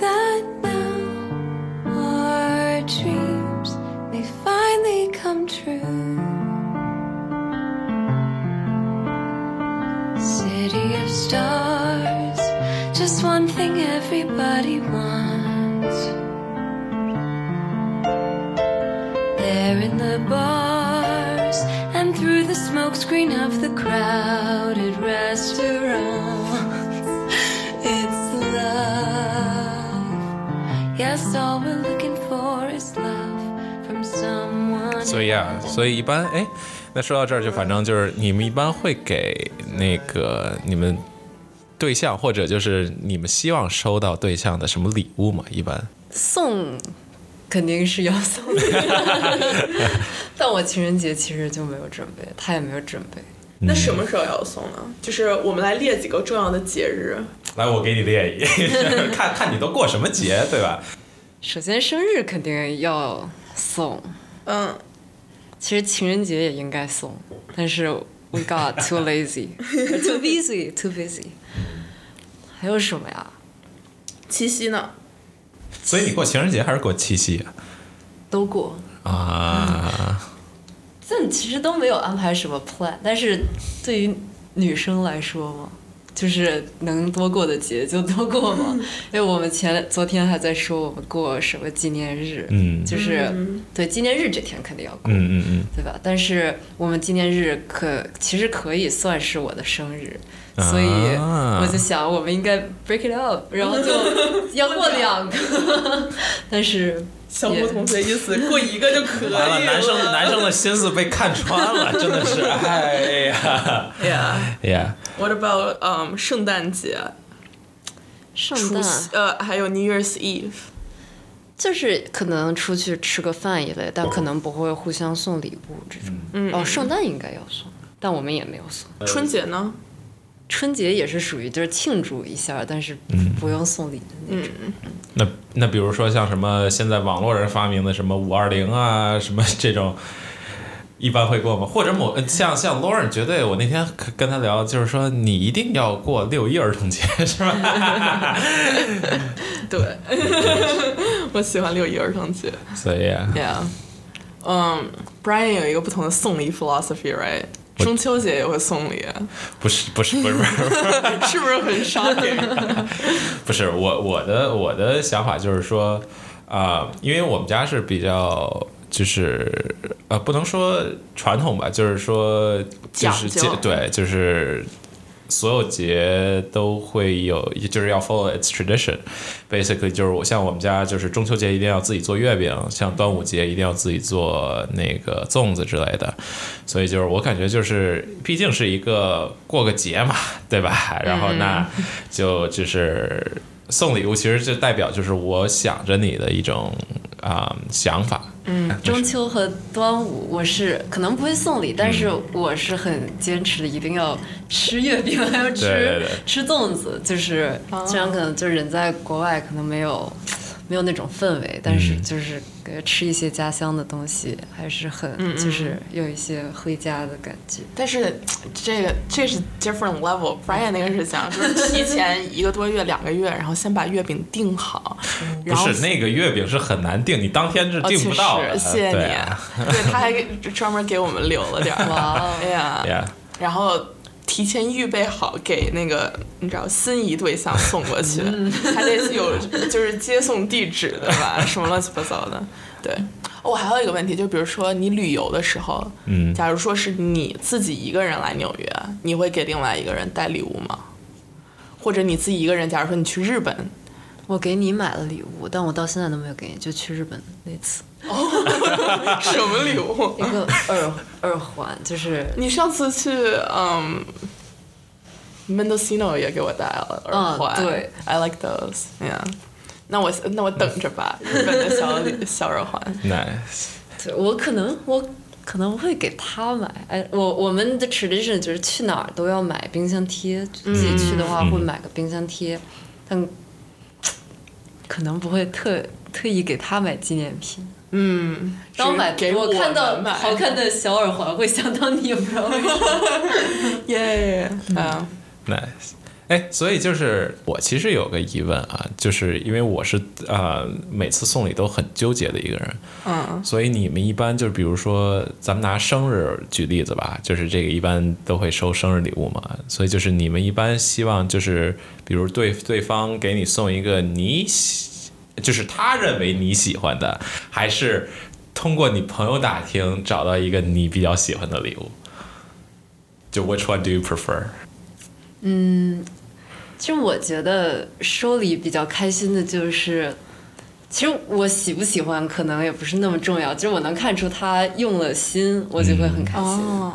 Speaker 8: that now our dreams may finally come true. City of stars, just one thing everybody wants. There in the bars and through the smokescreen of the crowded restaurants. It's love. Yes, all we're looking for is love from someone.
Speaker 1: 所以啊，所以一般哎，那说到这儿就反正就是你们一般会给那个你们对象或者就是你们希望收到对象的什么礼物吗？一般
Speaker 3: 送肯定是要送 的，但我情人节其实就没有准备，他也没有准备。
Speaker 1: 嗯
Speaker 2: 那什么时候要送呢？就是我们来列几个重要的节日，
Speaker 1: 来我给你列一， 看看你都过什么节，对吧？
Speaker 3: 首先生日肯定要送，
Speaker 2: 嗯，
Speaker 3: 其实情人节也应该送，但是 we got too lazy, too busy, too busy。还有什么呀？
Speaker 2: 七夕呢？
Speaker 1: 所以你过情人节还是过七夕
Speaker 3: 都过，
Speaker 1: 啊？啊，
Speaker 3: 但其实都没有安排什么 plan，但是对于女生来说嘛，就是能多过的节就多过 嘛。因为我们前昨天还在说我们过什么纪念日，
Speaker 1: 嗯
Speaker 3: 就是对纪念日这天肯定要
Speaker 1: 嗯
Speaker 3: 过，
Speaker 1: 嗯嗯，
Speaker 3: 对吧？但是我们纪念日可其实可以算是我的生日，
Speaker 1: 啊
Speaker 3: 所以我就想我们应该 break it up，然后就要过两个， 但是
Speaker 2: 小虎同学意 思过一个就可以
Speaker 1: 完了，男
Speaker 2: 哎
Speaker 1: 生男生的心思被看穿了，真的是，哎呀，
Speaker 2: Yeah.
Speaker 1: 哎呀，
Speaker 2: What about 嗯、圣诞节、
Speaker 3: 圣
Speaker 2: 除
Speaker 3: 诞
Speaker 2: 夕呃还有 New Year's Eve？
Speaker 3: 就是可能出去吃个饭一类，但可能不会互相送礼物这种。哦，圣诞应该要送，但我们也没有送。
Speaker 1: 呃
Speaker 2: 春节呢？
Speaker 3: 春节也是属于就是庆祝一下，但是不用送礼的那种。
Speaker 1: 那那比如说像什么现在网络人发明的什么五二零啊，什么这种，一般会过吗？或者某呃像像 Lauren 绝对，我那天跟跟他聊，就是说你一定要过六一儿童节是吧？
Speaker 2: 对， 我喜欢六一儿童节。
Speaker 1: 所以啊
Speaker 2: Yeah，嗯、b r i a n 有一个不同的送礼 philosophy，right？
Speaker 1: 我
Speaker 2: 中秋节也会送礼，
Speaker 1: 不是不是不是不是
Speaker 2: 是不是很 shocking？
Speaker 1: 不是我我的我的想法就是说，啊、因为我们家是比较就是呃，不能说传统吧，就是说就是
Speaker 2: 讲究
Speaker 1: 节对，就是所有节都会有，就是要 follow its tradition。Basically，就是我像我们家就是中秋节一定要自己做月饼，像端午节一定要自己做那个粽子之类的。所以就是我感觉就是，毕竟是一个过个节嘛， 对吧？
Speaker 2: 嗯
Speaker 1: 然后那就就是送礼物，其实就代表就是我想着你的一种啊、想法。嗯，
Speaker 3: 中秋和端午，我是可能不会送礼，但是
Speaker 1: 嗯
Speaker 3: 我是很坚持的，一定要吃月饼，还要吃
Speaker 1: 对对对
Speaker 3: 哦吃粽子。就是虽然可能就人在国外，可能没有。没有那种氛围，但是
Speaker 1: 嗯
Speaker 3: 就是呃吃一些家乡的东西，还是很就是有一些回家的感觉。
Speaker 2: 但是这个这是 different level。Brian 那个是想就是提前一个多月、两个月，然后先把月饼定好，
Speaker 1: 不
Speaker 2: 然后
Speaker 1: 是那个月饼是很难定，你当天是
Speaker 2: 哦
Speaker 1: 定不到
Speaker 2: 确
Speaker 1: 的。
Speaker 2: 实谢谢
Speaker 1: 对
Speaker 2: 你，
Speaker 1: 啊
Speaker 2: 对，他还给专门给我们留了点儿，
Speaker 3: 哇哦
Speaker 2: 哎呀，
Speaker 1: ，yeah，
Speaker 2: 然后提前预备好给那个你知道心仪对象送过去，还得有就是接送地址的吧，什么乱七八糟的。对，哦我、还有一个问题，就比如说你旅游的时候，
Speaker 1: 嗯
Speaker 2: 假如说是你自己一个人来纽约，你会给另外一个人带礼物吗？或者你自己一个人，假如说你去日本，
Speaker 3: 我给你买了礼物，但我到现在都没有给你，就去日本那次
Speaker 2: 什么礼物？
Speaker 3: 一个耳耳环，就是
Speaker 2: 你上次去嗯，Mendocino 也给我带了耳环，
Speaker 3: 嗯对
Speaker 2: ，I like those，yeah。那我那我等着 吧，日本的小礼小耳环。
Speaker 1: nice，
Speaker 3: 对我可能我可能会给他买，哎，我我们的 tradition 就是去哪儿都要买冰箱贴，就自己去的话
Speaker 1: 嗯
Speaker 3: 会买个冰箱贴，但可能不会特特意给他买纪念品。
Speaker 2: 嗯，
Speaker 3: 当我
Speaker 2: 是
Speaker 3: 买
Speaker 2: 给
Speaker 3: 我看到
Speaker 2: 们买
Speaker 3: 好看的小耳环，会想到你，不知道为什么。
Speaker 2: 耶，嗯
Speaker 1: nice。哎，所以就是我其实有个疑问啊，就是因为我是呃每次送礼都很纠结的一个人，
Speaker 2: 嗯，
Speaker 1: 所以你们一般就是比如说咱们拿生日举例子吧，就是这个一般都会收生日礼物嘛，所以就是你们一般希望就是比如对对方给你送一个你喜，就是他认为你喜欢的，还是通过你朋友打听找到一个你比较喜欢的礼物？就 Which one do you prefer？
Speaker 3: 其实我觉得收礼比较开心的就是，其实我喜不喜欢可能也不是那么重要，就是我能看出他用了心，我就会很开心。
Speaker 2: 哦，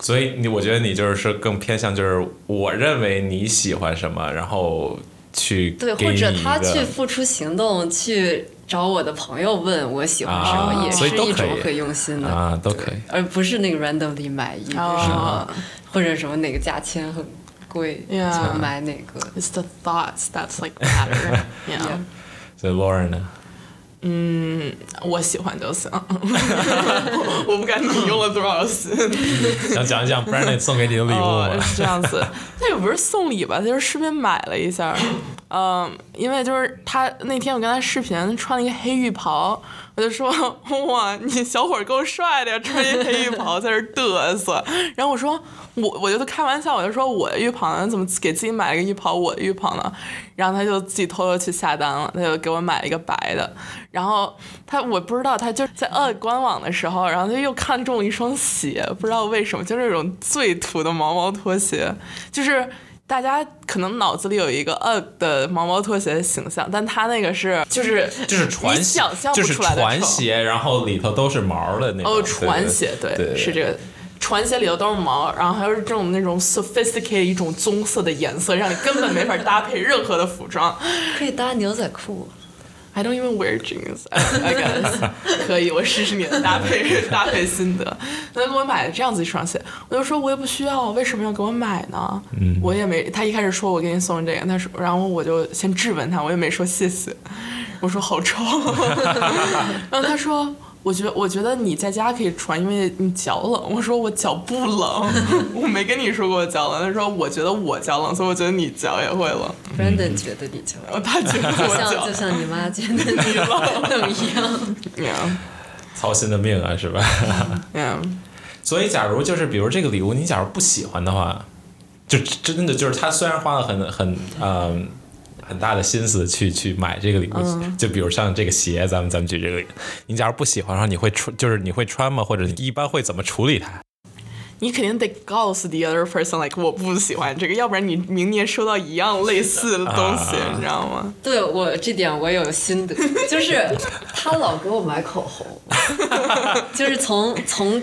Speaker 1: 所以你，我觉得你就是更偏向就是我认为你喜欢什么，然后去
Speaker 3: 对，
Speaker 1: 给
Speaker 3: 或者
Speaker 1: 你一
Speaker 3: 他
Speaker 1: 个
Speaker 3: 去付出行动去找我的朋友问我喜欢什么，
Speaker 1: 啊
Speaker 3: 也
Speaker 1: 所
Speaker 3: 是
Speaker 1: 以都
Speaker 3: 一
Speaker 1: 可
Speaker 3: 种
Speaker 1: 以
Speaker 3: 很用心的，
Speaker 1: 啊都可以。
Speaker 3: 而不是那个 randomly 买一个什么，或者什么哪个价钱很贵
Speaker 2: Yeah
Speaker 3: 就买哪个。
Speaker 2: It's the thoughts that's like matter. Yeah，
Speaker 1: 所以 Lauren 呢？
Speaker 2: 我喜欢就行， 我不敢你用了多少心。
Speaker 1: 想讲一讲 Brandon 送给你的礼物啊吗
Speaker 2: 哦，？是这样子，那也不是送礼吧，就是顺便买了一下儿。嗯，因为就是他那天我跟他视频，穿了一个黑浴袍，我就说哇，你小伙儿够帅的呀，穿一黑浴袍在这儿嘚瑟。然后我说我我就开玩笑，我就说我的浴袍呢，怎么给自己买了个浴袍，我的浴袍呢？然后他就自己偷偷去下单了，他就给我买了一个白的。然后他我不知道，他就在 UGG 官网的时候，然后他又看中了一双鞋，不知道为什么，就是那种最土的毛毛拖鞋，就是。大家可能脑子里有一个 UGG 的毛毛拖鞋的形象，但他那个是就是
Speaker 1: 就是船
Speaker 2: 你
Speaker 1: 鞋
Speaker 2: 想象，不
Speaker 1: 就是
Speaker 2: 出来的
Speaker 1: 船
Speaker 2: 丑
Speaker 1: 鞋，然后里头都是毛的那种。
Speaker 2: 哦，
Speaker 1: 对
Speaker 2: 船鞋，
Speaker 1: 对，对
Speaker 2: 是这。个。船鞋里头都是毛，然后还有这种那种 sophisticated 一种棕色的颜色，让你根本没法搭配任何的服装。
Speaker 3: 可以搭牛仔裤，
Speaker 2: I don't even wear jeans. I, I guess 可以，我试试你的搭配搭配心得。他给我买了这样子一双鞋，我就说我也不需要，为什么要给我买呢？我也没，他一开始说我给你送这个，他说，然后我就先质问他，我也没说谢谢，我说好臭， 然后他说。我觉得，我觉得你在家可以穿，因为你脚冷。我说我脚不冷， 我没跟你说过我脚冷。他说我觉得我脚冷，所以我觉得你脚也会冷。
Speaker 1: 嗯
Speaker 3: Brandon 觉得你就
Speaker 2: 然后他觉得
Speaker 3: 就
Speaker 2: 我
Speaker 3: 像
Speaker 2: 脚
Speaker 3: 就像你妈觉得你冷一样。
Speaker 2: ，yeah
Speaker 1: 操心的命啊，是吧？
Speaker 2: yeah，
Speaker 1: 所以，假如就是比如这个礼物，你假如不喜欢的话，就真的就是他虽然花了很很嗯。很大的心思去去买这个礼物，
Speaker 2: 嗯
Speaker 1: 就比如像这个鞋，咱们咱们举这个例子，你假如不喜欢的话，你会穿就是你会穿吗？或者你一般会怎么处理它？
Speaker 2: 你肯定得告诉 the other person like 我不喜欢这个，要不然你明年收到一样类似的东西，
Speaker 1: 啊
Speaker 2: 你知道吗？
Speaker 3: 对我这点我有心得， 就是她老给我买口红，就是从从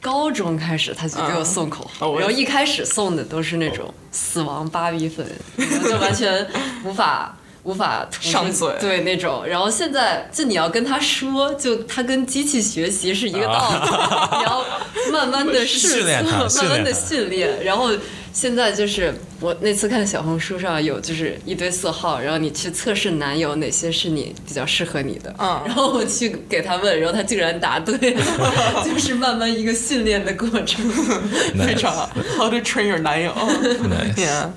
Speaker 3: 高中开始，她就给我送口
Speaker 2: 嗯哦
Speaker 3: 红，
Speaker 2: 我也哦
Speaker 3: 然后一开始送的都是那种死亡芭比粉，然后就完全无法。无法涂出
Speaker 2: 上嘴
Speaker 3: 对那种，然后现在就你要跟她说，就她跟机器学习
Speaker 2: 啊
Speaker 3: 是一个道理，你要慢慢 的
Speaker 1: 训练她
Speaker 3: 慢慢的
Speaker 1: 训练她
Speaker 3: 训练，然后现在就是我那次看小红书上有就是一堆色号，然后你去测试男友哪些是你比较适合你的，
Speaker 2: 嗯
Speaker 3: 然后我去给他问，然后他竟然答对了，就是慢慢一个训练的过程。
Speaker 2: 非常好。How to train your 男友
Speaker 1: Nice
Speaker 2: ？Yeah，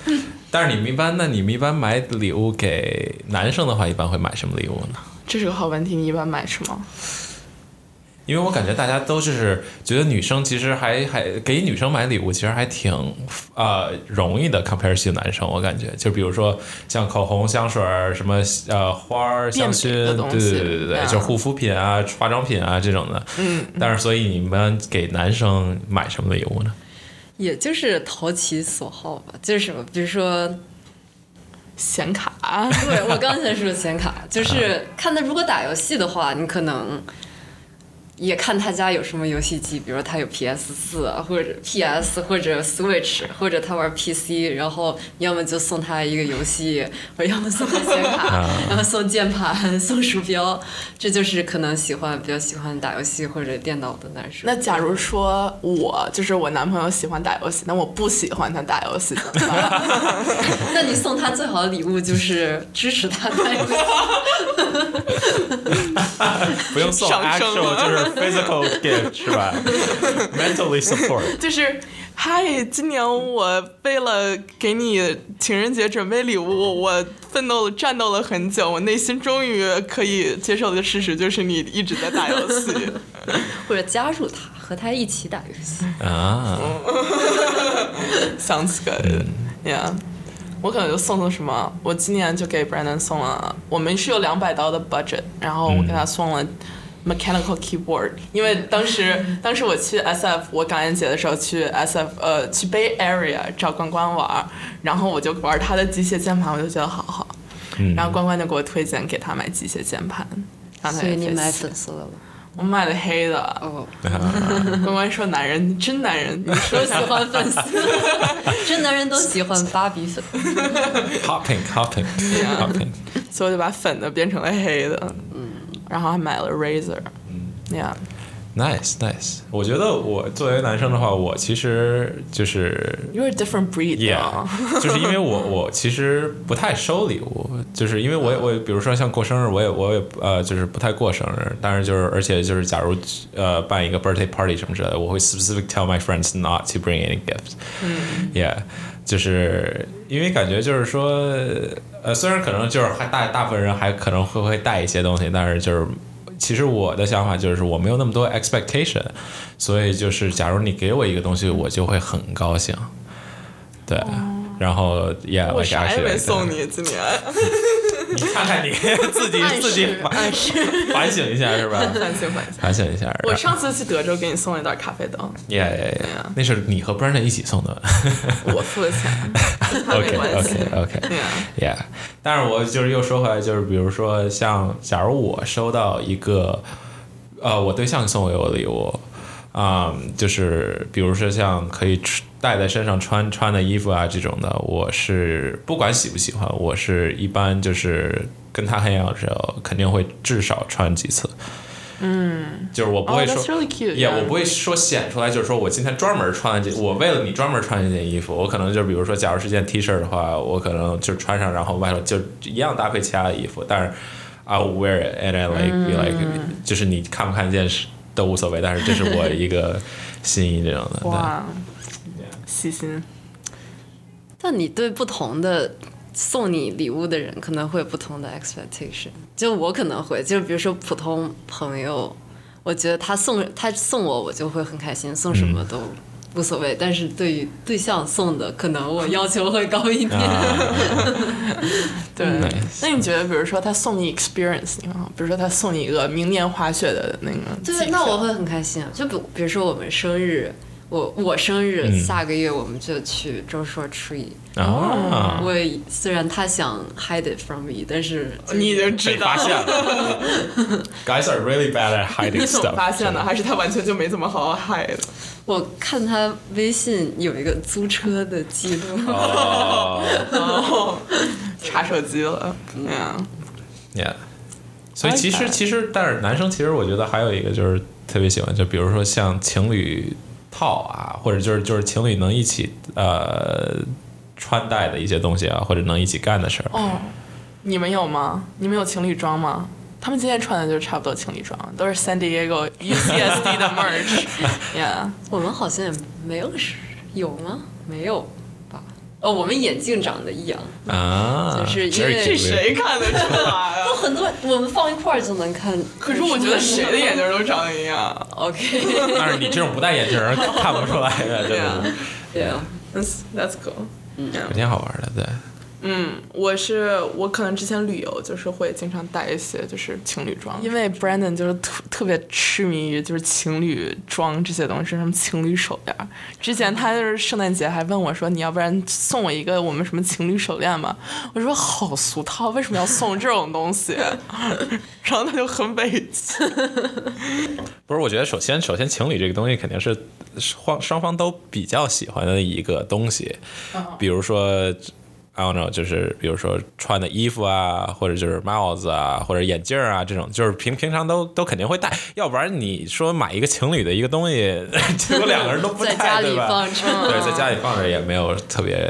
Speaker 1: 但是你们一般，那你们一般买礼物给男生的话，一般会买什么礼物呢？
Speaker 2: 这是个好问题。你一般买什么？
Speaker 1: 因为我感觉大家都就是觉得女生其实还还给女生买礼物其实还挺呃容易的，compare to 男生，我感觉就比如说像口红、香水儿什么呃花儿、
Speaker 2: 变
Speaker 1: 香
Speaker 2: 美
Speaker 1: 薰，
Speaker 2: 的
Speaker 1: 对
Speaker 2: 东
Speaker 1: 对
Speaker 2: 西
Speaker 1: 对对对，
Speaker 2: 嗯
Speaker 1: 就护肤品啊、化妆品啊这种的。嗯，但是所以你们给男生买什么礼物呢？
Speaker 3: 也就是投其所好吧，就是什么，比如说
Speaker 2: 显卡？
Speaker 3: 对我刚才说显卡，就是看他如果打游戏的话，你可能也看他家有什么游戏机，比如他有 PS 四啊，或者 PS 或者 Switch，或者他玩 PC，然后要么就送他一个游戏，或者要么送他显卡， 然后送键盘、送鼠标，这就是可能喜欢比较喜欢打游戏或者电脑的男生。
Speaker 2: 那假如说我就是我男朋友喜欢打游戏，但我不喜欢他打游戏 怎么办？
Speaker 3: 那你送他最好的礼物就是支持他打游戏。
Speaker 1: 不用送
Speaker 2: 上
Speaker 1: actual，
Speaker 2: 升
Speaker 1: 就是 physical gift 是吧？mentally support。
Speaker 2: 就是，嗨，今年我为了给你情人节准备礼物，我奋斗了、战斗了很久，我内心终于可以接受的事实就是你一直在打游戏。
Speaker 3: 或者加入他，和他一起打游戏。
Speaker 1: 啊，
Speaker 2: 嗯 Sounds good. Yeah. 我可能就送送什么，我今年就给 Brandon 送了，我们是有两百刀的 budget，然后我给他送了 mechanical keyboard，因为当时当时我去 SF，我感恩节的时候去 SF，呃，去 Bay Area 找关关玩儿，然后我就玩他的机械键盘，我就觉得好好，然后关关就给我推荐给他买机械键盘，让他
Speaker 3: 所以
Speaker 2: 也
Speaker 3: 你
Speaker 2: 可
Speaker 3: 买
Speaker 2: 写
Speaker 3: 粉色的了
Speaker 2: 我买的黑的，
Speaker 3: 哦，
Speaker 2: 关关说男人真男人，你说
Speaker 3: 都喜欢粉色，真男人都喜欢芭比粉。
Speaker 1: Hopping, hopping, hopping。
Speaker 2: 所以我就把粉的变成了黑的，嗯，然后还买了 razor，嗯，yeah，
Speaker 1: Nice, nice。我觉得我作为男生的话，我其实就是
Speaker 2: 因为 different breed 啊
Speaker 1: Yeah，就是因为我我其实不太收礼物，就是因为我也我也比如说像过生日，我也我也呃就是不太过生日，但是就是而且就是假如呃办一个 birthday party 什么之类的，我会 specific tell my friends not to bring any gifts。嗯，Yeah，就是因为感觉就是说呃虽然可能就是还大大部分人还可能会会带一些东西，但是就是。其实我的想法就是我没有那么多 expectation，所以就是假如你给我一个东西，我就会很高兴。对，然后 yeah，
Speaker 2: 我
Speaker 1: like
Speaker 2: 啥也
Speaker 1: actually
Speaker 2: 没
Speaker 1: like
Speaker 2: 送
Speaker 1: that
Speaker 2: 你，今年
Speaker 1: 你看看 你自己自己反反省一下是吧？
Speaker 2: 反省反省。
Speaker 1: 反省一下。
Speaker 2: 我上次去德州给你送了一袋咖啡 豆，
Speaker 1: yeah yeah yeah，那是你和 Brandon 一起送 的。
Speaker 2: 我付的 钱，跟他
Speaker 1: OK
Speaker 2: 没关系
Speaker 1: OK。OK。
Speaker 2: Yeah，
Speaker 1: Yeah，但是我就是又说回来，就是比如说像，假如我收到一个，呃，我对象送给我的礼物，啊、就是比如说像可以穿带在身上穿穿的衣服啊这种的，我是不管喜不喜欢，我是一般就是跟他 hang out 的时候，肯定会至少穿几次。嗯，就是我不
Speaker 2: 哦
Speaker 1: 会说、
Speaker 2: ，that's really cute。
Speaker 1: 也、我不会说显出来，就是说我今天专门穿了这，我为了你专门穿这件衣服，我可能就比如说，假如是件 T 恤的话，我可能就穿上，然后外头就一样搭配其他的衣服，但是 I will wear it and I like be like，、就是
Speaker 2: 嗯
Speaker 1: 你看不看见是都无所谓，但是这是我一 个心意这种的。
Speaker 2: 哇，细心。
Speaker 3: 但你对不同的送你礼物的人可能会有不同的 expectation。就我可能会，就比如说普通朋友，我觉得他送他送我，我就会很开心，送什么都无所谓。但是对于对象送的，可能我要求会高一点。
Speaker 1: 啊
Speaker 2: 对，那你觉得，比如说他送你 experience，你看，比如说他送你一个明年滑雪的那个机票，
Speaker 3: 对，那我会很开心啊。就比比如说我们生日，我我生日、下个月我们就去 Joshua Tree。
Speaker 1: 对
Speaker 2: 哦
Speaker 1: 啊，
Speaker 3: 我虽然他想 hide it from me，但是就是
Speaker 2: 你已
Speaker 1: 被
Speaker 2: 经知道
Speaker 1: 发现了。Guys are really bad at
Speaker 2: 你
Speaker 1: hiding
Speaker 2: 怎么
Speaker 1: stuff。
Speaker 2: 发现的？还是他完全就没怎么好好害的？
Speaker 3: 我看他微信有一个租车的记录，
Speaker 1: 哦
Speaker 2: 查手机了，对啊呀。
Speaker 1: Yeah，所以其
Speaker 2: I like
Speaker 1: 实
Speaker 2: that
Speaker 1: 其实，但是男生其实我觉得还有一个就是特别喜欢，就比如说像情侣套啊，或者就是就是情侣能一起呃穿戴的一些东西啊，或者能一起干的事儿。
Speaker 2: 哦，你们有吗？你们有情侣装吗？他们今天穿的就是差不多情侣装，都是 San Diego E UCSD 的 merch，yeah。
Speaker 3: 我们好像也没有是有吗？没有吧？哦，我们眼镜长得一样，
Speaker 1: 啊，
Speaker 3: 就是因为
Speaker 1: Very
Speaker 3: 这
Speaker 1: good
Speaker 2: 谁看得出来啊？
Speaker 3: 都很多我们放一块儿就能看。
Speaker 2: 可是我觉得谁的眼睛都长得一样。
Speaker 3: ？OK，
Speaker 1: 但是你这种不戴眼 镜儿看不出来的，真的是。
Speaker 3: 对啊，
Speaker 2: That's that's cool。
Speaker 1: 还挺好玩的，对。
Speaker 2: 嗯，我是我可能之前旅游就是会经常带一些就是情侣装，因为 Brandon 就是特特别痴迷于就是情侣装这些东西，什么情侣手链儿。之前他就是圣诞节还问我说，你要不然送我一个我们什么情侣手链吧？我说好俗套，为什么要送这种东 西？然后他就很委屈。
Speaker 1: 不是，我觉得首先，首先情侣这个东西肯定是双双方都比较喜欢的一个东西，
Speaker 3: 嗯
Speaker 1: 比如说，I don't know，就是比如说穿的衣服啊，或者就是帽子啊，或者眼镜啊这种，就是平平常都都肯定会戴，要不然你说买一个情侣的一个东西， 结果两个人都不戴，
Speaker 3: 在家里
Speaker 1: 对吧
Speaker 3: 放着。嗯
Speaker 1: 对，在家里放着也没有特别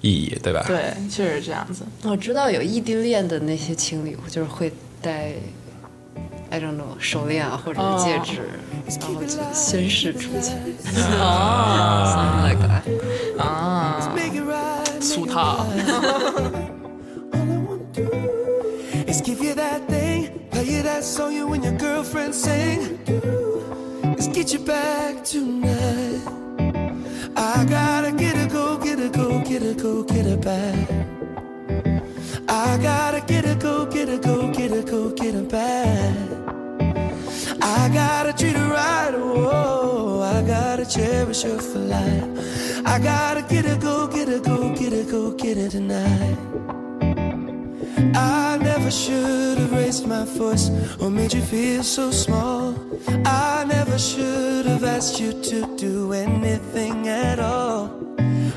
Speaker 1: 意义，对吧？
Speaker 2: 对，确实这样子。
Speaker 4: 我知道有异地恋的那些情侣，就是会戴，I don't know，手链啊或者是戒指，
Speaker 3: 哦
Speaker 4: 然后就宣誓出 去。
Speaker 3: 啊
Speaker 4: 哦、oh.，something like that。
Speaker 9: Make it right.
Speaker 2: 俗套，
Speaker 9: All I wanna do is give you that thing, play you that song you and your girlfriend sing. Let's get you back tonight. I gotta get a go, get a go, get a go, get a back. I gotta get a go, get a go, get a go, get a back. I gotta treat her right, oh, I gotta cherish her for life. I gotta get a go, get a go, get a go, get it tonight. I never should have raised my voice or made you feel so small. I never should have asked you to do anything at all.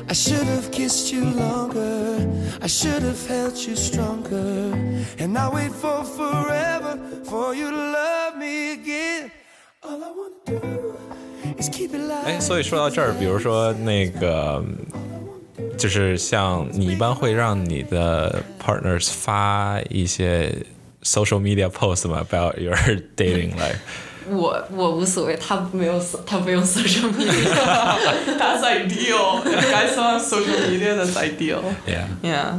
Speaker 9: I should have kissed you longer. I should have held you stronger. And I wait for forever for you to love me again. All I wanna do is keep it light.
Speaker 1: 哎，所以说到这儿，比如说那个，就是像你一般会让你的 partners 发一些 social media post 吗？About your dating life？
Speaker 3: 我我无所谓，他没有他不 用 social media。
Speaker 2: That's ideal. Guys on social media, that's ideal.
Speaker 1: Yeah，
Speaker 2: Yeah，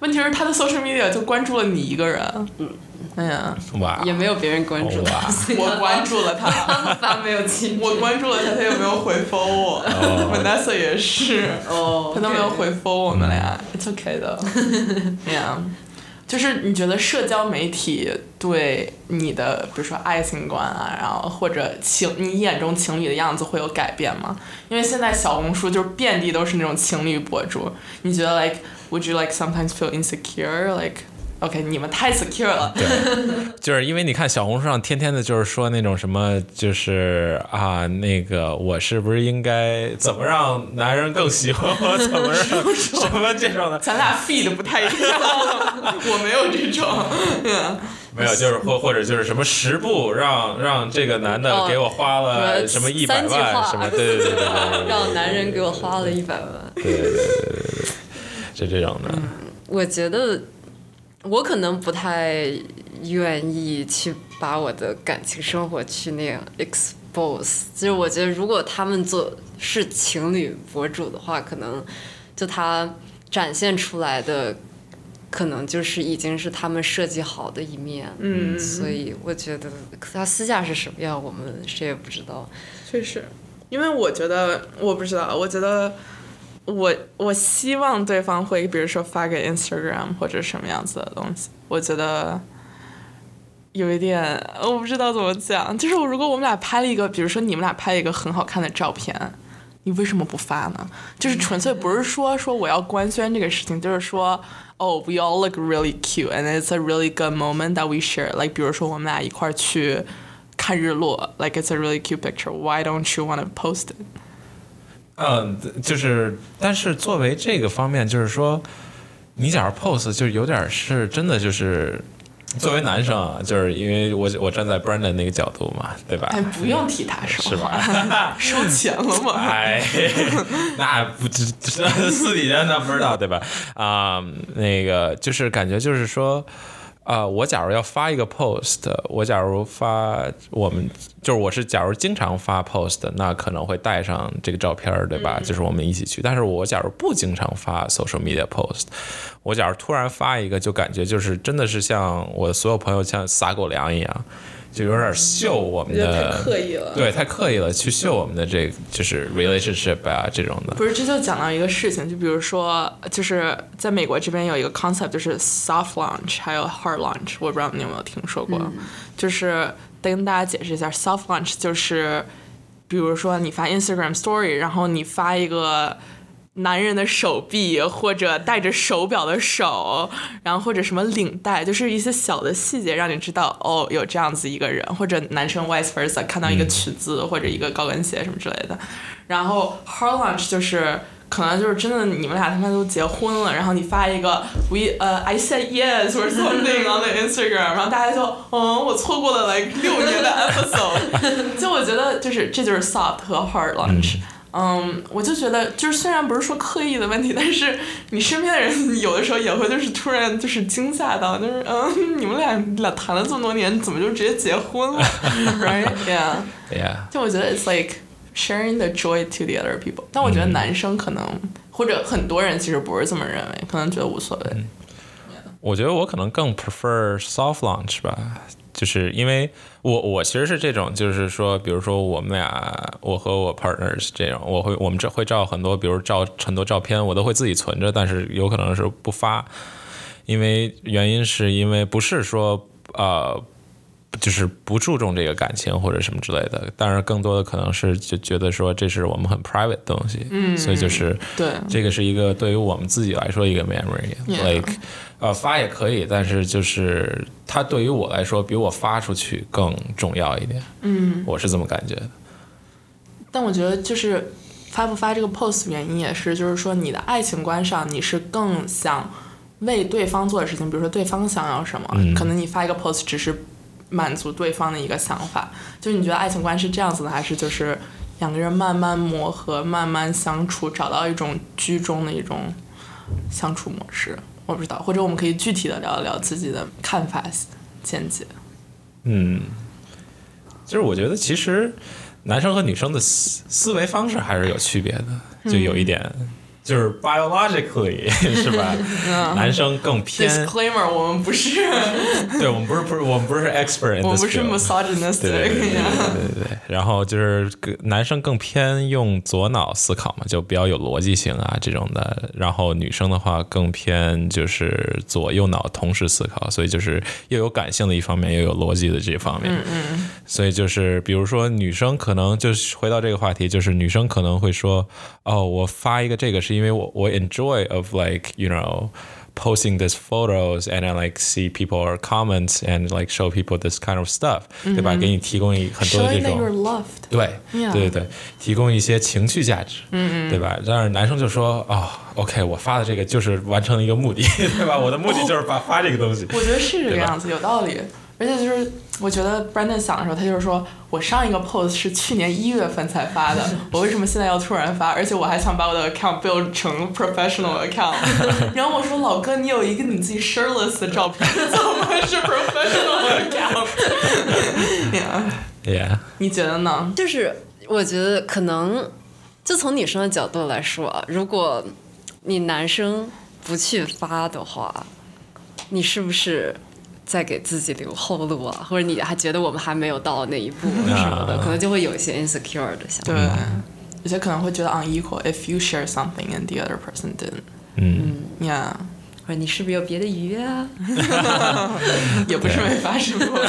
Speaker 2: 问题是他的 social media 就关注了你一个人。嗯，哎呀，
Speaker 1: 哇，
Speaker 3: 也没有别人关注
Speaker 1: 哇
Speaker 3: 他，所以
Speaker 2: 我
Speaker 3: 他
Speaker 2: 关注了他，
Speaker 3: 他发没有进
Speaker 2: 我关注了他，他也没有回复我。Vanessa 也是，
Speaker 3: 哦
Speaker 2: 他都没有回复我们俩。It's OK 的。Yeah，就是你觉得社交媒体对你的，比如说爱情观啊，然后或者情你眼中情侣的样子会有改变吗？因为现在小红书就是遍地都是那种情侣博主，你觉得 like would you like sometimes feel insecure like OK 你们太 secure 了，
Speaker 1: 就是因为你看小红书上天天的就是说那种什么，就是啊，那个我是不是应该怎么让男人更喜欢我？怎么让什么这种的？
Speaker 2: 咱俩 feed 不太一样，我没有这种，嗯
Speaker 1: 没有，就是或或者就是什么十步让让这个男的
Speaker 3: 哦
Speaker 1: 给我花了什么一百
Speaker 3: 三句
Speaker 1: 万
Speaker 3: 话
Speaker 1: 什么，对对对对对
Speaker 3: 让男人给我花了一百万。
Speaker 1: 对对对对对对，就这种的。
Speaker 3: 我觉得我可能不太愿意去把我的感情生活去那样 expose。就是我觉得，如果他们做是情侣博主的话，可能就他展现出来的，可能就是已经是他们设计好的一面。
Speaker 2: 嗯，
Speaker 3: 所以我觉得他私下是什么样，我们谁也不知道。
Speaker 2: 确实，因为我觉得我不知道，我觉得我我希望对方会，比如说发给 Instagram 或者什么样子的东西，我觉得。有一点，呃我不知道怎么讲，就是如果我们俩拍了一个，比如说你们俩拍了一个很好看的照片，你为什么不发呢？就是纯粹不是说说我要官宣这个事情，就是说哦、w e all look really cute and it's a really good moment that we share。Like 比如说我们俩一块儿去看日落，like it's a really cute picture。Why don't you want to post it？
Speaker 1: 嗯，就是，但是作为这个方面，就是说，你假如 pose 就有点是真的就是作为男生啊，就是因为我我站在 Brandon 那个角度嘛，对吧？
Speaker 2: 哎，不用替他说，
Speaker 1: 是 吧？
Speaker 2: 收钱了吗？
Speaker 1: 哎， 那不知私底下那不知道 对吧？啊、那个就是感觉就是说，啊、我假如要发一个 post，我假如发我们就是我是假如经常发 post，那可能会带上这个照片儿对吧？就是我们一起去。但是我假如不经常发 social media post，我假如突然发一个，就感觉就是真的是像我所有朋友像撒狗粮一样。就有点秀我们
Speaker 10: 觉得
Speaker 1: 的，
Speaker 10: 太刻意了
Speaker 1: 对，太刻意了，去秀我们的这个就是 relationship 啊这种的。
Speaker 2: 不是，这就讲到一个事情，就比如说，就是在美国这边有一个 concept，就是 soft launch，还有 hard launch，我不知道你有没有听说过，就是得跟大家解释一下，soft launch 就是，比如说你发 Instagram story，然后你发一个。男人的手臂或者戴着手表的手，然后或者什么领带，就是一些小的细节，让你知道哦，有这样子一个人，或者男生 vice versa 看到一个裙子或者一个高跟鞋什么之类的。然后 hard launch 就是可能就是真的你们俩他妈都结婚了，然后你发一个 we 呃、I said yes or something on the Instagram，然后大家就嗯我错过了 like 六年的 episode，就 我觉得就是这就是 soft 和 hard launch。嗯，我就觉得，就是虽然不是说刻意的问题，但是你身边的人有的时候也会就是突然就是惊吓到，就是嗯，你们俩俩谈了这么多年，怎么就直接结婚了？Right? Yeah.
Speaker 1: 对呀，
Speaker 2: 就我觉得 it's like sharing the joy to the other people。但我觉得男生可能、或者很多人其实不是这么认为，可能觉得无所谓。
Speaker 1: 我觉得我可能更 prefer soft launch 吧，就是因为我我其实是这种，就是说，比如说我们俩，我和我 partners 这种，我会我们这会照很多，比如照很多照片，我都会自己存着，但是有可能是不发，因为原因是因为不是说呃。就是不注重这个感情或者什么之类的，当然更多的可能是就觉得说这是我们很 private 的东西，嗯，所以就是
Speaker 2: 对
Speaker 1: 这个是一个对于我们自己来说一个
Speaker 2: Yeah
Speaker 1: memory，like 呃发也可以，但是就是它对于我来说比我发出去更重要一点，嗯，我是这么感觉的，
Speaker 2: 但我觉得就是发不发这个 post 原因也是，就是说你的爱情观上你是更想为对方做的事情，比如说对方想要什么，
Speaker 1: 嗯
Speaker 2: 可能你发一个 post 只是满足对方的一个想法。就是你觉得爱情观是这样子的，还是就是两个人慢慢磨合、慢慢相处，找到一种居中的一种相处模式？我不知道，或者我们可以具体的聊一聊自己的看法、见解。
Speaker 1: 嗯，就是我觉得其实男生和女生的思思维方式还是有区别
Speaker 2: 嗯
Speaker 1: 的，就有一点。就是 biologically 是吧？
Speaker 2: 嗯
Speaker 1: 男生更偏
Speaker 2: Disclaimer，我们不 是，
Speaker 1: 对我们不是不是我们不是 expert，in
Speaker 2: 我们
Speaker 1: this
Speaker 2: 不是
Speaker 1: field
Speaker 2: misogynistic
Speaker 1: 对对对对对对对。然后就是个男生更偏用左脑思考嘛，就比较有逻辑性啊这种的。然后女生的话更偏就是左右脑同时思考，所以就是又有感性的一方面，又有逻辑的这方面。嗯嗯。所以就是比如说女生可能就是回到这个话题，就是女生可能会说，哦，我发一个这个是因为我我 enjoy of like you know。posting these photos and I like see people or comments and like show people this kind of stuff，、对吧？给你提嗯供一很多的
Speaker 2: Showing
Speaker 1: 这
Speaker 2: that you're
Speaker 1: 种。
Speaker 2: loved.
Speaker 1: 对
Speaker 2: Yeah
Speaker 1: 对对对，提供一些情绪价值，嗯对吧？但是男生就说哦，OK，我发的这个就是完成一个目的，对吧？我的目的就是发、发这个东西，
Speaker 2: 我觉得是这个
Speaker 1: 对吧
Speaker 2: 样子，有道理。而且就是，我觉得 Brandon 想的时候，他就是说我上一个 post 是去年一月份才发的， 我为什么现在要突然发？而且我还想把我的 account build 成 professional account。然后我说老哥，你有一个你自己 shirtless 的照片，怎么是 professional account？Yeah.
Speaker 1: yeah。
Speaker 2: 你觉得呢？
Speaker 3: 就是我觉得可能，就从女生的角度来说啊，如果你男生不去发的话，你是不是在给自己留后路啊？或者你还觉得我们还没有到那一步什么的，可能就会有一些 insecure 的想法
Speaker 2: 对。，有些可能会觉得 unequal if you share something and the other person didn't。
Speaker 1: 嗯
Speaker 2: ，Yeah，
Speaker 3: 或者你是不是有别的鱼啊？
Speaker 2: 也不是没发生过。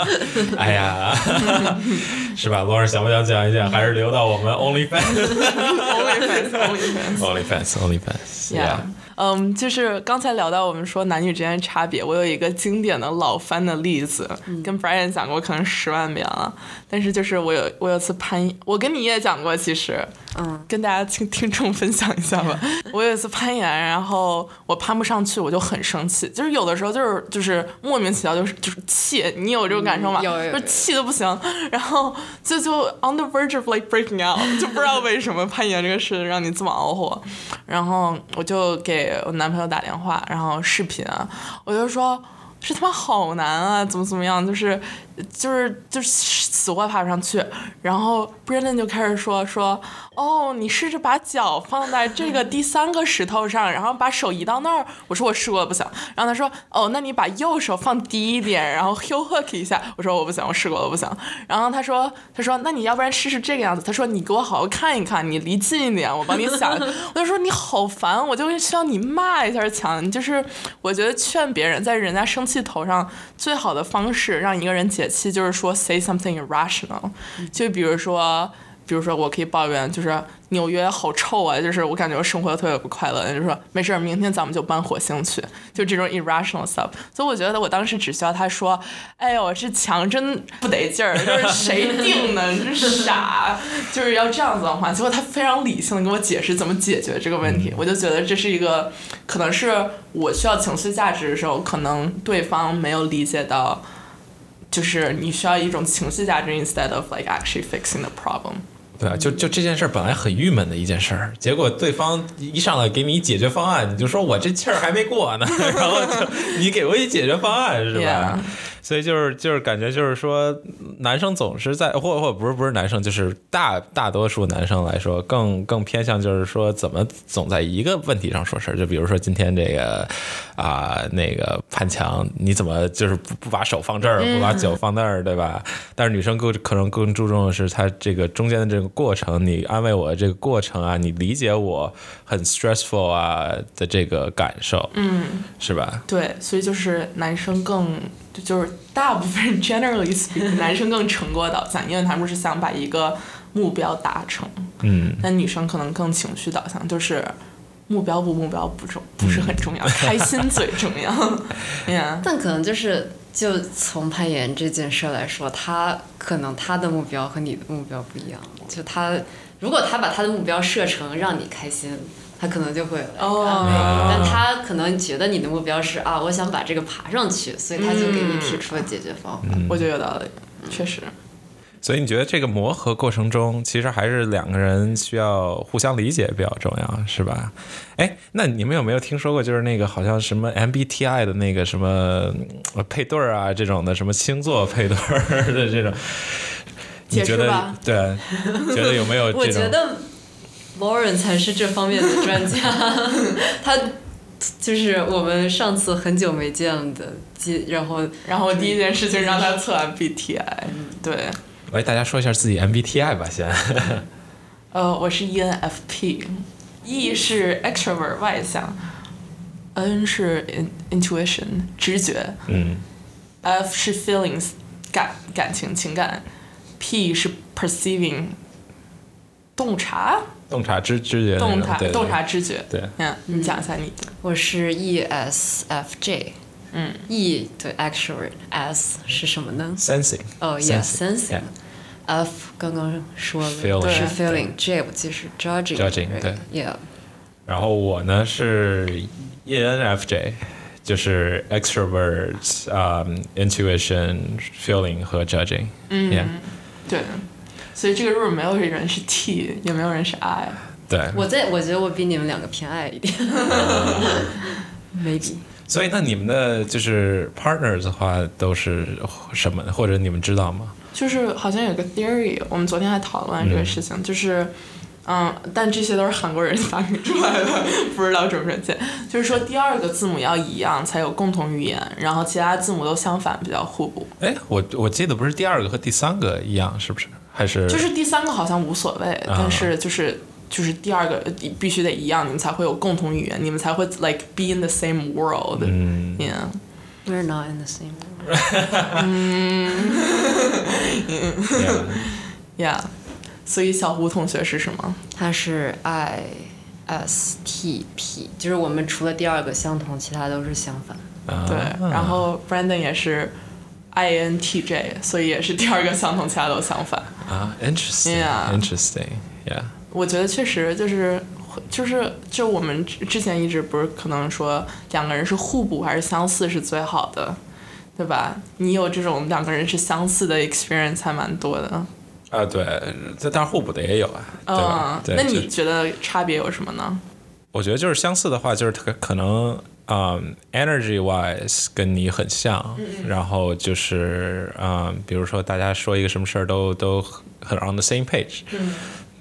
Speaker 1: 哎呀，是吧？罗尔想不想讲一讲？还是留到我 们 OnlyFans？OnlyFans，OnlyFans，OnlyFans，OnlyFans
Speaker 2: OnlyFans，OnlyFans。
Speaker 1: yeah.
Speaker 2: 嗯，就是刚才聊到我们说男女之间的差别，我有一个经典的老番的例子，跟 Brian 讲过可能十万遍了，但是就是我有我有次攀，我跟你也讲过，其实，
Speaker 3: 嗯，
Speaker 2: 跟大家听听众分享一下吧。 我有一次攀岩，然后我攀不上去，我就很生气，就是有的时候就是就是莫名其妙就是就是气，你有这种感受吗？
Speaker 3: 嗯有有有
Speaker 2: 就是气的不行， 然后就就 on the verge of like breaking out，就不知道为什么攀岩这个事让你这么恼火。然后我就给我男朋友打电话，然后视频啊，我就说。这他妈好难啊！怎么怎么样？就是，就是，就是死活爬不上去。然后 Brandon 就开始说说，哦，你试着把脚放在这个第三个石头上，然后把手移到那儿。我说我试过了，不行。然后他说，哦，那你把右手放低一点，然后 heel hook 一下。我说我不行，我试过了，我不行。然后他说，他说，那你要不然试试这个样子？他说你给我好好看一看，你离近一点，我帮你想。我就说你好烦，我就需要你骂一下强。就是我觉得劝别人在人家生气头上最好的方式，让一个人解气，就是说 say something irrational。就比如说，比如说我可以抱怨，就是纽约好臭啊，就是我感觉我生活得特别不快乐。就说没事儿，明天咱们就搬火星去，就这种 irrational stuff。所以我觉得我当时只需要他说，哎呦，这墙真不得劲儿，就是谁定的，你这傻，就是要这样子的话。结果他非常理性的跟我解释怎么解决这个问题，我就觉得这是一个，可能是我需要情绪价值的时候，可能对方没有理解到。就是你需要一种情绪价值，instead of like actually fixing the problem。
Speaker 1: 对啊，就就这件事儿本来很郁闷的一件事儿，结果对方一上来给你解决方案，你就说我这气儿还没过呢， 然后就你给我一解决方案是吧
Speaker 2: Yeah
Speaker 1: 所以就是就是感觉就是说，男生总是在或或不是不是男生，就是大大多数男生来说，更更偏向就是说怎么总在一个问题上说事儿，就比如说今天这个啊、那个攀墙，你怎么就是不不把手放这儿，不把脚放那儿，对吧？但是女生更可能更注重的是她这个中间的这个过程，你安慰我的这个过程啊，你理解我很 stressful 啊的这个感受，嗯，是吧？
Speaker 2: 对，所以就是男生更，就就是大部分 generally speaking，男生更成果导向，因为他们是想把一个目标达成。
Speaker 1: 嗯，
Speaker 2: 但女生可能更情绪导向，就是目标不目标不重不是很重要，开心最重要。yeah，哎
Speaker 3: 但可能就是，就从攀岩这件事来说，他可能他的目标和你的目标不一样。就他，如果他把他的目标设成让你开心，他可能就会来
Speaker 2: 哦
Speaker 3: 安慰你但他可能觉得你的目标是啊，我想把这个爬上去，所以他就给你提出了解决方
Speaker 1: 嗯
Speaker 3: 法。
Speaker 2: 我觉得有道理，确实。
Speaker 1: 所以你觉得这个磨合过程中，其实还是两个人需要互相理解比较重要，是吧？哎，那你们有没有听说过，就是那个好像什么 MBTI 的那个什么呃配对儿啊这种的，什么星座配对儿的这种？你
Speaker 3: 解
Speaker 1: 觉
Speaker 3: 释
Speaker 1: 得
Speaker 3: 吧
Speaker 1: 对？觉得有没有这种？
Speaker 3: 我觉 得 Lauren 才是这方面的专 家，他就是我们上次很久没见的，记然后
Speaker 2: 然后第一件事情让他测 MBTI，对，
Speaker 1: 来，大家说一下自己 MBTI 吧，先。
Speaker 2: 呃，我是 ENFP，E 是 extrovert 外向，N 是 in, intuition 直觉
Speaker 1: 嗯
Speaker 2: ，F 是 feelings 感感情情感，P 是 perceiving 洞察
Speaker 1: 洞察知知觉那种，
Speaker 2: 洞察
Speaker 1: 对对
Speaker 2: 洞察知觉。
Speaker 1: 对
Speaker 2: 嗯，你讲一下你的。
Speaker 3: 我是 E ESFJ。嗯，E 对 extrovert，S 是什么呢？
Speaker 1: sensing
Speaker 3: 哦
Speaker 1: Sensing，
Speaker 3: ，yes，sensing
Speaker 1: yeah。
Speaker 3: F 刚刚说了
Speaker 1: Feeling，
Speaker 3: 是
Speaker 1: 对
Speaker 3: feeling，J 我记得是
Speaker 1: Judging，
Speaker 3: judging，right？
Speaker 1: 对
Speaker 3: Yeah，
Speaker 1: 然后我呢是 E ENFJ，就是 extrovert、um, intuition、feeling 和 judging。嗯 y
Speaker 2: 对，所以这个 room 没有人是 T，也没有人是 I。
Speaker 1: 对。
Speaker 3: 我在我觉得我比你们两个偏 爱一点，maybe。
Speaker 1: 所以那你们的就是 partners 的话都是什么？或者你们知道吗？
Speaker 2: 就是好像有个 theory，我们昨天还讨论这个事情，就是，嗯，但这些都是韩国人发明出来的，不知道准不准确。就是说第二个字母要一样才有共同语言，然后其他字母都相反比较互补。
Speaker 1: 哎，我我记得不是第二个和第三个一样，是不是？还是
Speaker 2: 就是第三个好像无所谓，但是就是。就是第二个必须得一样，你们才会有共同语言，你们才会 like be in the same world，嗯
Speaker 3: We're not in the same room.
Speaker 1: Yeah.
Speaker 2: ，Yeah。所以小胡同学是什么？
Speaker 3: 它是 I S T P，就是我们除了第二个相同，其他都是相反。
Speaker 2: 对，
Speaker 1: 啊
Speaker 2: 然后 Brandon 也是 INTJ，所以也是第二个相同，其他都相反。
Speaker 1: 啊，interesting，interesting，yeah。
Speaker 2: Yeah我觉得确实就是就是就我们之之前一直不是可能说两个人是互补还是相似是最好的，对吧？你有这种两个人是相似的 experience 还蛮多的。
Speaker 1: 啊，对，这但是互补的也有啊，对吧
Speaker 2: 嗯？，
Speaker 1: 对
Speaker 2: 那
Speaker 1: 就
Speaker 2: 你觉得差别有什么呢？
Speaker 1: 我觉得就是相似的话，就是可可能，嗯，energy wise 跟你很像，然后就是，嗯，比如说大家说一个什么事儿都都很 on the same page，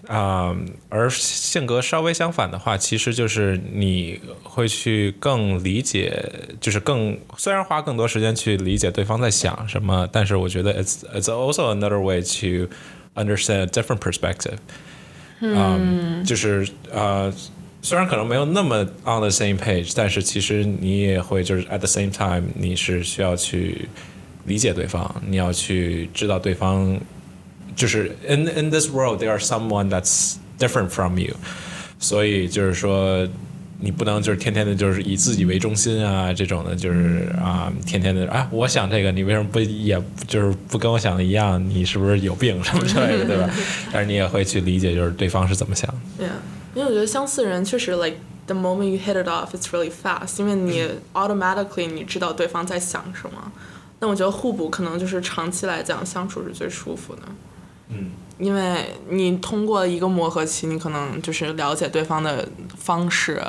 Speaker 1: 嗯，而性格稍微相反的话，其实就是你会去更理解，就是更虽然花更多时间去理解对方在想什么，但是我觉得 it's it's also another way to understand a different perspective。嗯，就是呃，虽然可能没有那么 on the same page，但是其实你也会就是 at the same time，你是需要去理解对方，你要去知道对方就是 in in this world there are someone that's different from you，所以就是说。你不能就是天天的，就是以自己为中心啊，这种的，就是啊、天天的啊，我想这个，你为什么不也就是不跟我想的一样？你是不是有病什么之类的，对吧？但是你也会去理解，就是对方是怎么想的。
Speaker 2: Yeah，因为我觉得相似人确实，like the moment you hit it off，it's really fast，因为你 automatically 你知道对方在想什么。那我觉得互补可能就是长期来讲相处是最舒服的。嗯，因为你通过一个磨合期，你可能就是了解对方的方式。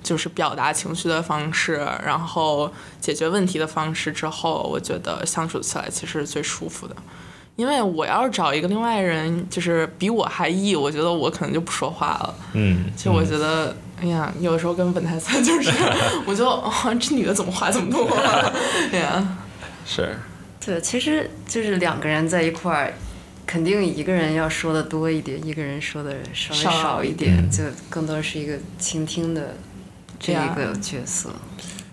Speaker 2: 就是表达情绪的方式，然后解决问题的方式之后，我觉得相处起来其实是最舒服的。因为我要是找一个另外人，就是比我还 E，我觉得我可能就不说话了。
Speaker 1: 嗯，
Speaker 2: 就我觉得，哎呀，有时候跟文泰三 就是，我就啊、这女的怎么话这么多、啊？ 哎呀，
Speaker 1: 是，
Speaker 3: 对，其实就是两个人在一块儿，肯定一个人要说的多一点，一个人说的稍微
Speaker 2: 少嗯
Speaker 3: 少一点，就更多是一个倾听的这
Speaker 2: 对啊
Speaker 3: 一个角色。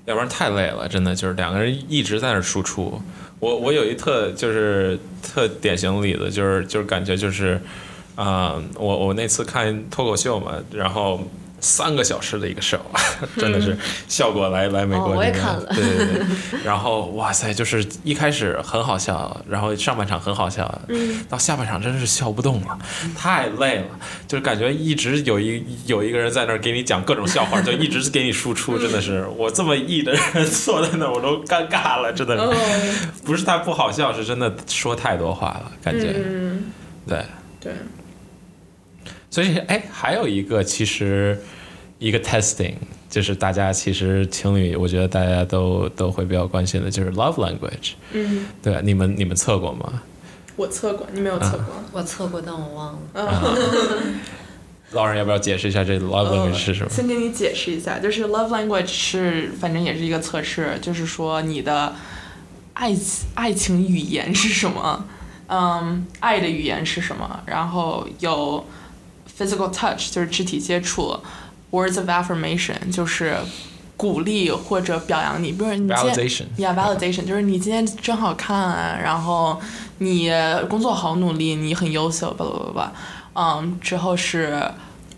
Speaker 1: 要不然太累了，真的就是两个人一直在那儿输出。我我有一特就是特典型的例子，就是就是感觉就是，啊、我我那次看脱口秀嘛，然后三个小时的一个 show，真 的是效果来来美国、
Speaker 3: 嗯
Speaker 1: 这边
Speaker 3: 哦我也看了
Speaker 1: 对对对，然后哇塞，就是一开始很好笑，然后上半场很好笑，到下半场真是笑不动了，太累了，就是感觉一直有一有一个人在那儿给你讲各种笑话，就一直给你输出，真的是我这么异的人 坐在那儿我都尴尬了，真的
Speaker 2: 嗯哦
Speaker 1: 是，不是他不好笑，是真的说太多话了，感觉，对。
Speaker 2: 对，
Speaker 1: 所以，哎，还有一个其实一个 testing，就是大家其实情侣，我觉得大家都都会比较关心的，就是 love language。嗯，对，你们你们测过吗？
Speaker 2: 我测过，你没有测过？
Speaker 3: 我错过，但我忘了。
Speaker 1: 老人要不要解释一下这 love language 是什么？
Speaker 2: 嗯先给你解释一下，就是 love language 是反正也是一个测试，就是说你的爱情爱情语言是什么，嗯，爱的语言是什么，然后有 physical touch 就是肢体接触，words of affirmation 就是鼓励或者表扬你，比如你今天
Speaker 1: Validation
Speaker 2: yeah validation 就是你今天真好看、然后你工作好努力，你很优秀，巴拉巴拉巴拉，嗯，之后是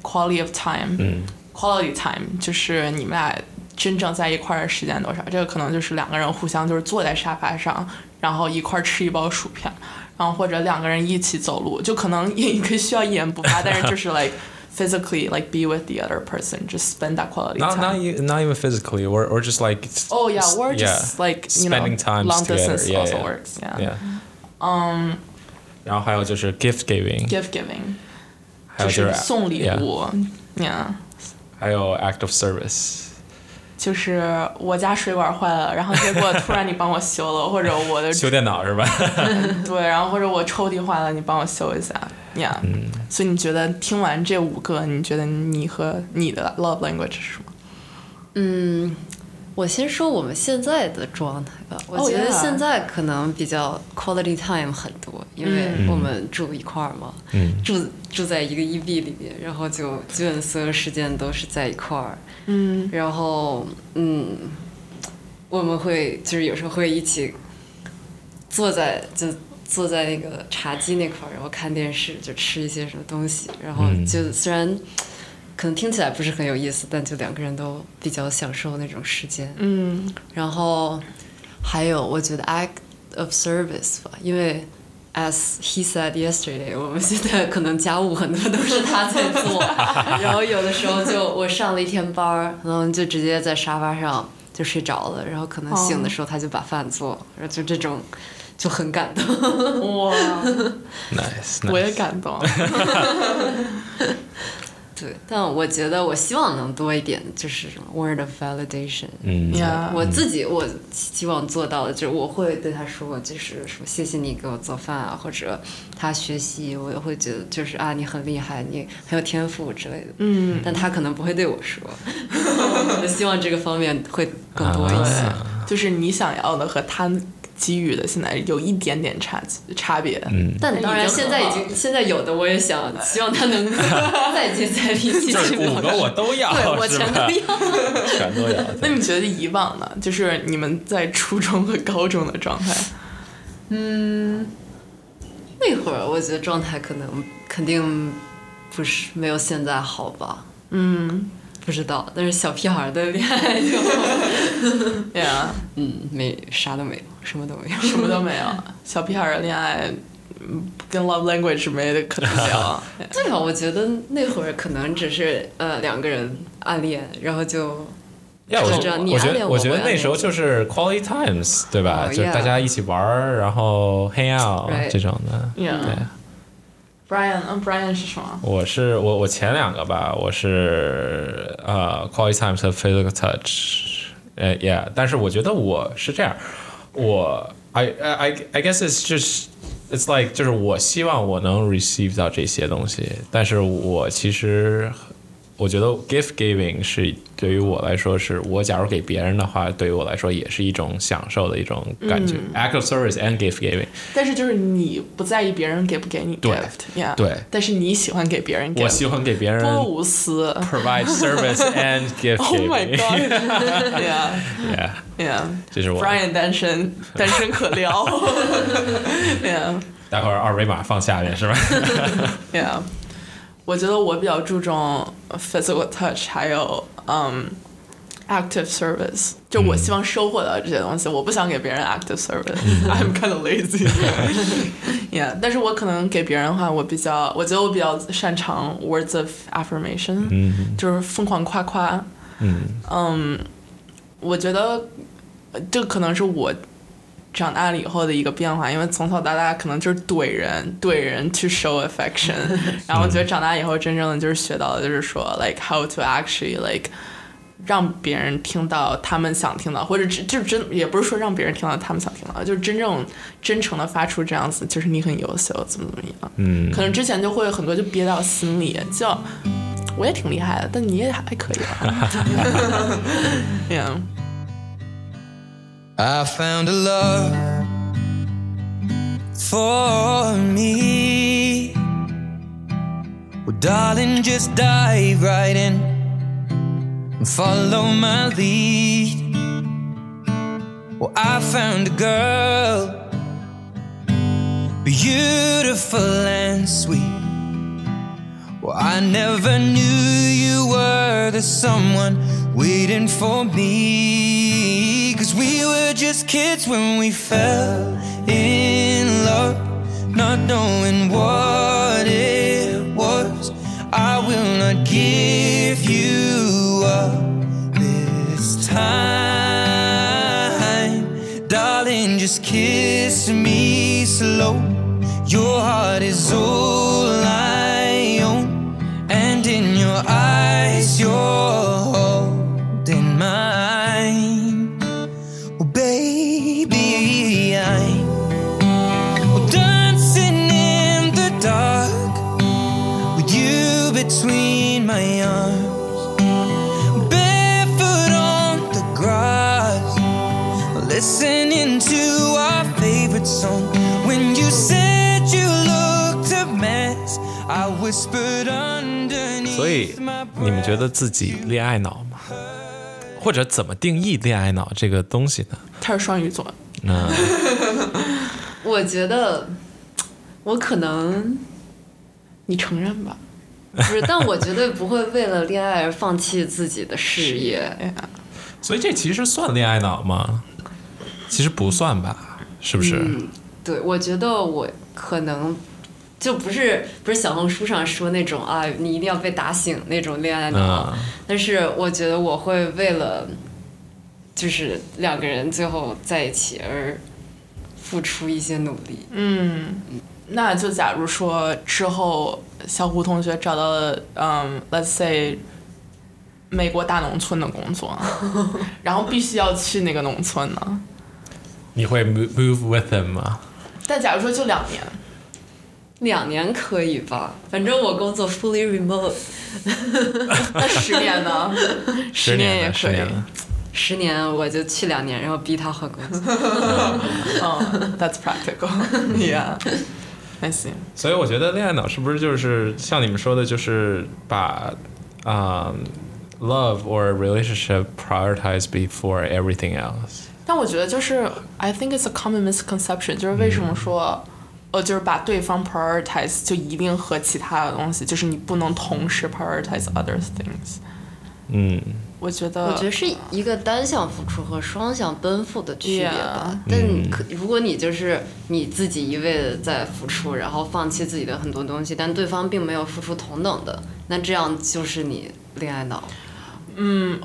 Speaker 2: quality of time，嗯，quality time 就是你们俩真正在一块儿的时间多少？这个可能就是两个人互相就是坐在沙发上，然后一块儿吃一包薯片，然后或者两个人一起走路，就可能也可以需要一言不发，但是就是 like physically like be with the other person，just spend that quality
Speaker 1: Not not
Speaker 2: time。
Speaker 1: even, not even physically, or or just like
Speaker 2: Oh yeah,
Speaker 1: s-
Speaker 2: we're just like you know
Speaker 1: spending time
Speaker 2: long
Speaker 1: together.
Speaker 2: distance
Speaker 1: Yeah,
Speaker 2: also
Speaker 1: yeah.
Speaker 2: works. Yeah.
Speaker 1: yeah. 然后还有就是 gift giving，
Speaker 2: Um, Gift giving
Speaker 1: 还有
Speaker 2: 就是是送礼
Speaker 1: yeah，
Speaker 2: 物，yeah。
Speaker 1: 还有 act of service。
Speaker 2: 就是我家水管坏了，然后结果突然你帮我修了，或者我的
Speaker 1: 修电脑是吧？
Speaker 2: 对，然后或者我抽屉坏了，你帮我修一下，yeah。
Speaker 1: Mm.
Speaker 2: 所以你觉得听完这五个，你觉得你和你的 love language 是什么？
Speaker 3: 嗯，我先说我们现在的状态吧。我
Speaker 2: Oh,
Speaker 3: 觉得
Speaker 2: yeah.
Speaker 3: 现在可能比较 quality time 很多，因为我们住一块儿嘛，住住在一个 EB 里面，然后就基本所有时间都是在一块儿。嗯，然后嗯，我们会就是有时候会一起坐在就坐在那个茶几那块儿，然后看电视，就吃一些什么东西，然后
Speaker 1: 嗯
Speaker 3: 就虽然可能听起来不是很有意思，但就两个人都比较享受那种时间。
Speaker 2: 嗯，
Speaker 3: 然后还有我觉得 act of service 吧，因为 as he said yesterday，我们现在可能家务很多都是他在做，然后有的时候就我上了一天班儿，然后就直接在沙发上就睡着了，然后可能醒的时候他就把饭做，然后就这种就很感动。
Speaker 2: 哇，
Speaker 1: nice，,
Speaker 2: 我也感动。
Speaker 3: 对，但我觉得我希望能多一点，就是 word of validation，
Speaker 1: 嗯
Speaker 2: 呀
Speaker 3: 我自己我希望做到的就是我会对他说，就是说谢谢你给我做饭啊，或者他学习，我也会觉得就是啊你很厉害，你很有天赋之类的。嗯，但他可能不会对我说，我希望这个方面会更多一些。
Speaker 2: 嗯就是你想要的和他给予的现在有一点点差差别。
Speaker 1: Mm.
Speaker 2: 嗯，
Speaker 3: 但当然，
Speaker 2: 已经
Speaker 3: 现在已
Speaker 2: 很好
Speaker 3: 经现在有的我也想希望他能再接再厉，继
Speaker 1: 就是
Speaker 3: 续
Speaker 1: 五
Speaker 3: 往
Speaker 1: 个我都要，
Speaker 3: 对我
Speaker 1: 是
Speaker 3: 全
Speaker 1: 吧
Speaker 3: 都 要。
Speaker 1: 全都要。
Speaker 2: 那你觉得以往呢？就是你们在初中和高中的状态，
Speaker 3: 那会儿我觉得状态可能肯定不是没有现在好吧。嗯，不知道，但是小屁孩儿的恋爱就。
Speaker 2: 对啊，
Speaker 3: 嗯，没啥都没有，什么都 没有。
Speaker 2: 什么都没有。小屁孩儿的恋爱，嗯跟 love language 没得 可聊。
Speaker 3: 对啊，我觉得那会儿可能只是呃两个人暗恋，然后就
Speaker 1: 要哎我
Speaker 3: 就
Speaker 1: 觉
Speaker 3: 这
Speaker 1: 得
Speaker 3: 样你
Speaker 1: 我觉
Speaker 3: 暗
Speaker 1: 得
Speaker 3: 恋
Speaker 1: 我
Speaker 3: 我
Speaker 1: 觉得
Speaker 3: 我
Speaker 1: 那
Speaker 3: 暗
Speaker 1: 时候
Speaker 3: 恋
Speaker 1: 就是 quality times 对吧？
Speaker 3: Oh,
Speaker 1: 就是大
Speaker 3: yeah
Speaker 1: 家一起玩儿，然后 hang out
Speaker 3: Right
Speaker 1: 这种的。对
Speaker 2: Yeah，Brian，嗯，Brian 是什么？
Speaker 1: 我是我我前两个吧，我是呃 quality times 和 physical touch，呃 yeah，但是我觉得我是这样，我 I I I I guess it's just it's like 就是我希望我能 receive 到这些东西，但是我其实我觉得 gift giving 是对于我来说是，我假如给别人的话，对于我来说也是一种享受的一种感觉、act
Speaker 2: 嗯
Speaker 1: of service and gift giving。
Speaker 2: 但是就是你不在意别人给不给你
Speaker 1: 对
Speaker 2: gift，yeah，
Speaker 1: 对
Speaker 2: 但是你喜欢给别人 gift，
Speaker 1: 我喜欢给别人
Speaker 2: 多无私。
Speaker 1: provide service and gift
Speaker 2: Oh my
Speaker 1: giving。
Speaker 2: god！Yeah，yeah。
Speaker 1: Yeah，这是我
Speaker 2: Brian 单身，单身可 聊。yeah
Speaker 1: 待会儿二维码放下面 是吧？
Speaker 2: yeah，我觉得我比较注重 physical touch，还有嗯、active service。就我希望收获到这些东西，我不想给别人 active service。I'm kind of lazy 。yeah，但是我可能给别人的话，我比较，我觉得我比较擅长 words of affirmation，、就是疯狂夸夸。嗯我觉得呃这可能是我长大了以后的一个变化，因为从小到大可能就是怼人，怼人去 show affection，然后我觉得长大以后真正的就是学到的就是说 like how to actually like 让别人听到他们想听到，或者只就是真也不是说让别人听到他们想听到，就是真正真诚的发出这样子，就是你很优秀，怎么怎么样，
Speaker 1: 嗯
Speaker 2: 可能之前就会很多就憋到心里，就我也挺厉害的，但你也还可以吧 ，yeah。
Speaker 9: I found a love for me. Well, darling, just dive right in and follow my lead. Well, I found a girl, beautiful and sweet. Well, I never knew you were the someone waiting for me. Cause we were just kids when we fell in love, not knowing what it was. I will not give you up this time. Darling, just kiss me slow. Your heart is all I own, and in your eyes, you're holding mine. Oh, baby, I'm dancing in the dark with you between my arms, barefoot on the grass listening to our favorite song. When you said you looked a mess, I whispered underneath.
Speaker 1: 所以
Speaker 9: my breath.
Speaker 1: 你们觉得自己恋爱脑吗？或者怎么定义恋爱脑这个东西呢？
Speaker 2: 他是双鱼座，
Speaker 3: 我觉得我可能
Speaker 2: 你承认吧？
Speaker 3: 不是，但我绝对不会为了恋爱而放弃自己的事业。
Speaker 2: 哎呀，
Speaker 1: 所以这其实算恋爱脑吗？其实不算吧，是不是？
Speaker 3: 嗯，对，我觉得我可能就不是不是小红书上说那种啊，你一定要被打醒那种恋爱脑，
Speaker 1: 嗯
Speaker 3: 但是我觉得我会为了就是两个人最后在一起而付出一些努力。
Speaker 2: 那就假如说之后小胡同学找到了，嗯，let's say 美国大农村的工作，然后必须要去那个农村呢？
Speaker 1: 你会 move move with them 吗？
Speaker 2: 但假如说就两年，
Speaker 3: 两年可以吧，反正我工作 fully remote，
Speaker 2: 那十 年呢？
Speaker 1: 十
Speaker 2: 年
Speaker 1: 年
Speaker 2: 也
Speaker 1: 了，十
Speaker 2: 可以
Speaker 1: 年了。
Speaker 3: 十年我就去两年，然后逼他换工作。
Speaker 2: 嗯，that's practical。Yeah，I see。
Speaker 1: 所以我觉得恋爱脑是不是就是像你们说的，就是把啊、um, love or relationship prioritize before everything else？
Speaker 2: 但我觉得就是 I think it's a common misconception，就是为什么说，呃，就是把对方 prioritize 就一定和其他的东西，就是你不能同时 prioritize other things。
Speaker 1: 嗯，
Speaker 2: 我觉得，
Speaker 3: 我觉得是一个单向付出和双向奔赴的区别吧。
Speaker 1: Yeah
Speaker 3: 但你可如果你就是你自己一味的在付出，然后放弃自己的很多东西，但对方并没有付出同等的，那这样就是你恋爱脑。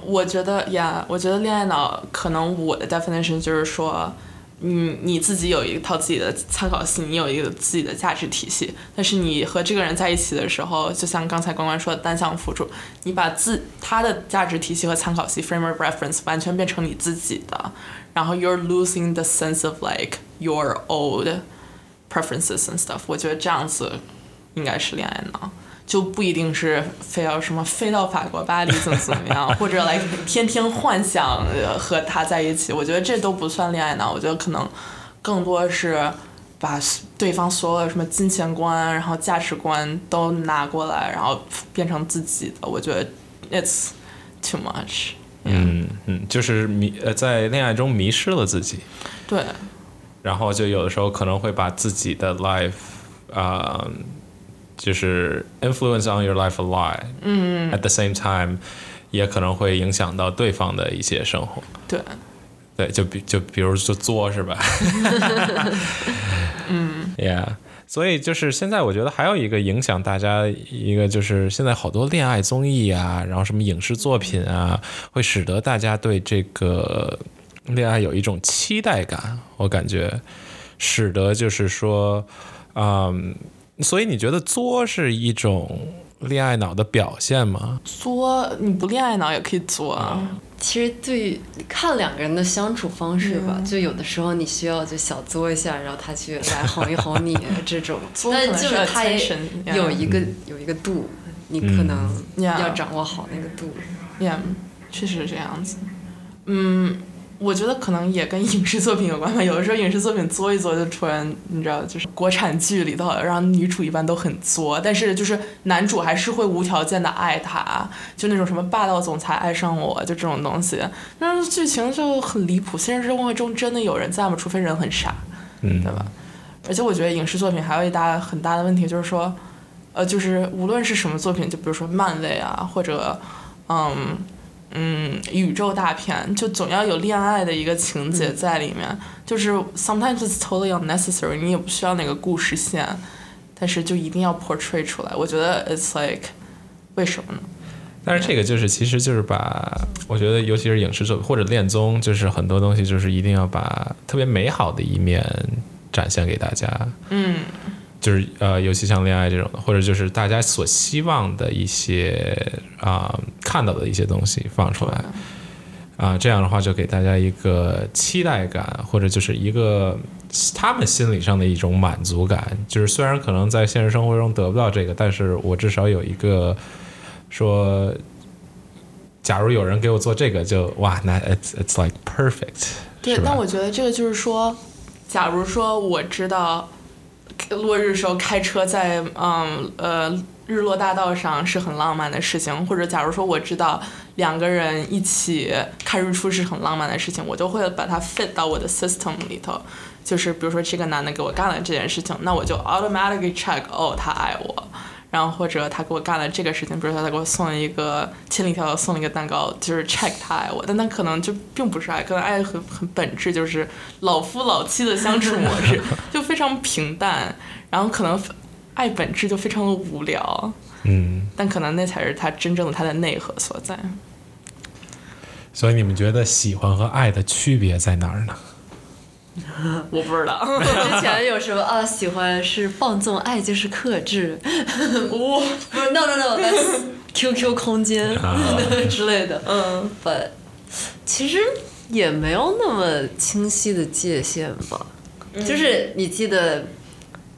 Speaker 2: 我觉得呀我觉得恋爱脑可能我的 definition 就是说，嗯，你自己有一套自己的参考系，你有一个自己的价值体系，但是你和这个人在一起的时候，就像刚才关关说的单向付出，你把自他的价值体系和参考系 framework reference 完全变成你自己的，然后 you're losing the sense of like your old preferences and stuff。我觉得这样子应该是恋爱脑。就不一定是非要什么飞到法国巴黎怎么怎么样，或者来天天幻想呃和他在一起。我觉得这都不算恋爱脑，我觉得可能更多是把对方所有的什么金钱观，然后价值观都拿过来，然后变成自己的。我觉得 it's too much。
Speaker 1: 嗯嗯，就是迷呃，在恋爱中迷失了自己，
Speaker 2: 对，
Speaker 1: 然后就有的时候可能会把自己的 life 啊、就是 influence on your life a lot。嗯，at the same time，也可能会影响到对方的一些生活。
Speaker 2: 对，
Speaker 1: 对，就比就比如就作是吧？嗯，Yeah。所 以就是现在，我觉得还有一个影响大家一个就是现在好多恋爱综艺啊，然后什么影视作品啊，会使得大家对这个恋爱有一种期待感。我感觉使得就是说，嗯，所以你觉得作是一种恋爱脑的表现吗？
Speaker 2: 作你不恋爱脑也可以作啊。
Speaker 3: 其实对于看两个人的相处方式吧，
Speaker 2: 嗯
Speaker 3: 就有的时候你需要就小作一下，然后他去来哄一哄你这 种，
Speaker 2: 作
Speaker 3: 但
Speaker 2: 可能
Speaker 3: 就是是他也
Speaker 2: attention，
Speaker 3: 有
Speaker 2: yeah
Speaker 3: 一个有一个度，你可能
Speaker 2: Yeah
Speaker 3: 要掌握好那个度。
Speaker 2: Yeah，确实是这样子。嗯，我觉得可能也跟影视作品有关吧。有的时候影视作品作一作，就突然你知道，就是国产剧里头，然后女主一般都很作，但是就是男主还是会无条件的爱她，就那种什么霸道总裁爱上我，就这种东西。但是剧情就很离谱，现实生活中真的有人这样吗？除非人很傻。
Speaker 1: 嗯，
Speaker 2: 对吧？而且我觉得影视作品还有一大很大的问题就是说，呃，就是无论是什么作品，就比如说漫威啊，或者嗯嗯宇宙大片，就总要有恋爱的一个情节在里面。就是 sometimes it's totally unnecessary，你也不需要那个故事线，但是就一定要 portray 出来。我觉得 it's like 为什么呢？
Speaker 1: 但是这个就是，其实就是把，我觉得尤其是影视作品或者恋综，就是很多东西就是一定要把特别美好的一面展现给大家。嗯，就是呃，尤其像恋爱这种的，或者就是大家所希望的一些啊、看到的一些东西放出来。啊、这样的话就给大家一个期待感，或者就是一个他们心理上的一种满足感。就是虽然可能在现实生活中得不到这个，但是我至少有一个说，假如有人给我做这个，就哇，那 it's it's like perfect，
Speaker 2: 对
Speaker 1: 是，吧
Speaker 2: 但我觉得这个就是说，假如说我知道嗯呃落日时候开车在嗯呃日落大道上是很浪漫的事情，或者假如说我知道两个人一起看日出是很浪漫的事情，我就会把它 fit 到我的 system 里头。就是比如说这个男的给我干了这件事情，那我就 automatically check 哦，他爱我。然后或者他给我干了这个事情，比如说他给我送了一个千里迢迢送了一个蛋糕，就是 check 他爱我，但他可能就并不是爱，可能爱很很本质就是老夫老妻的相处模式，就非常平淡，然后可能爱本质就非常的无聊，
Speaker 1: 嗯，
Speaker 2: 但可能那才是他真正的他的内核所在。
Speaker 1: 所以你们觉得喜欢和爱的区别在哪儿呢？
Speaker 2: 我不知 道，
Speaker 3: 之前有什么啊？喜欢是放纵，爱就是克制。
Speaker 2: 我、
Speaker 3: 不是 no no no，that's QQ 空间 之类的。
Speaker 2: 嗯，
Speaker 3: but 其实也没有那么清晰的界限吧。就是你记得，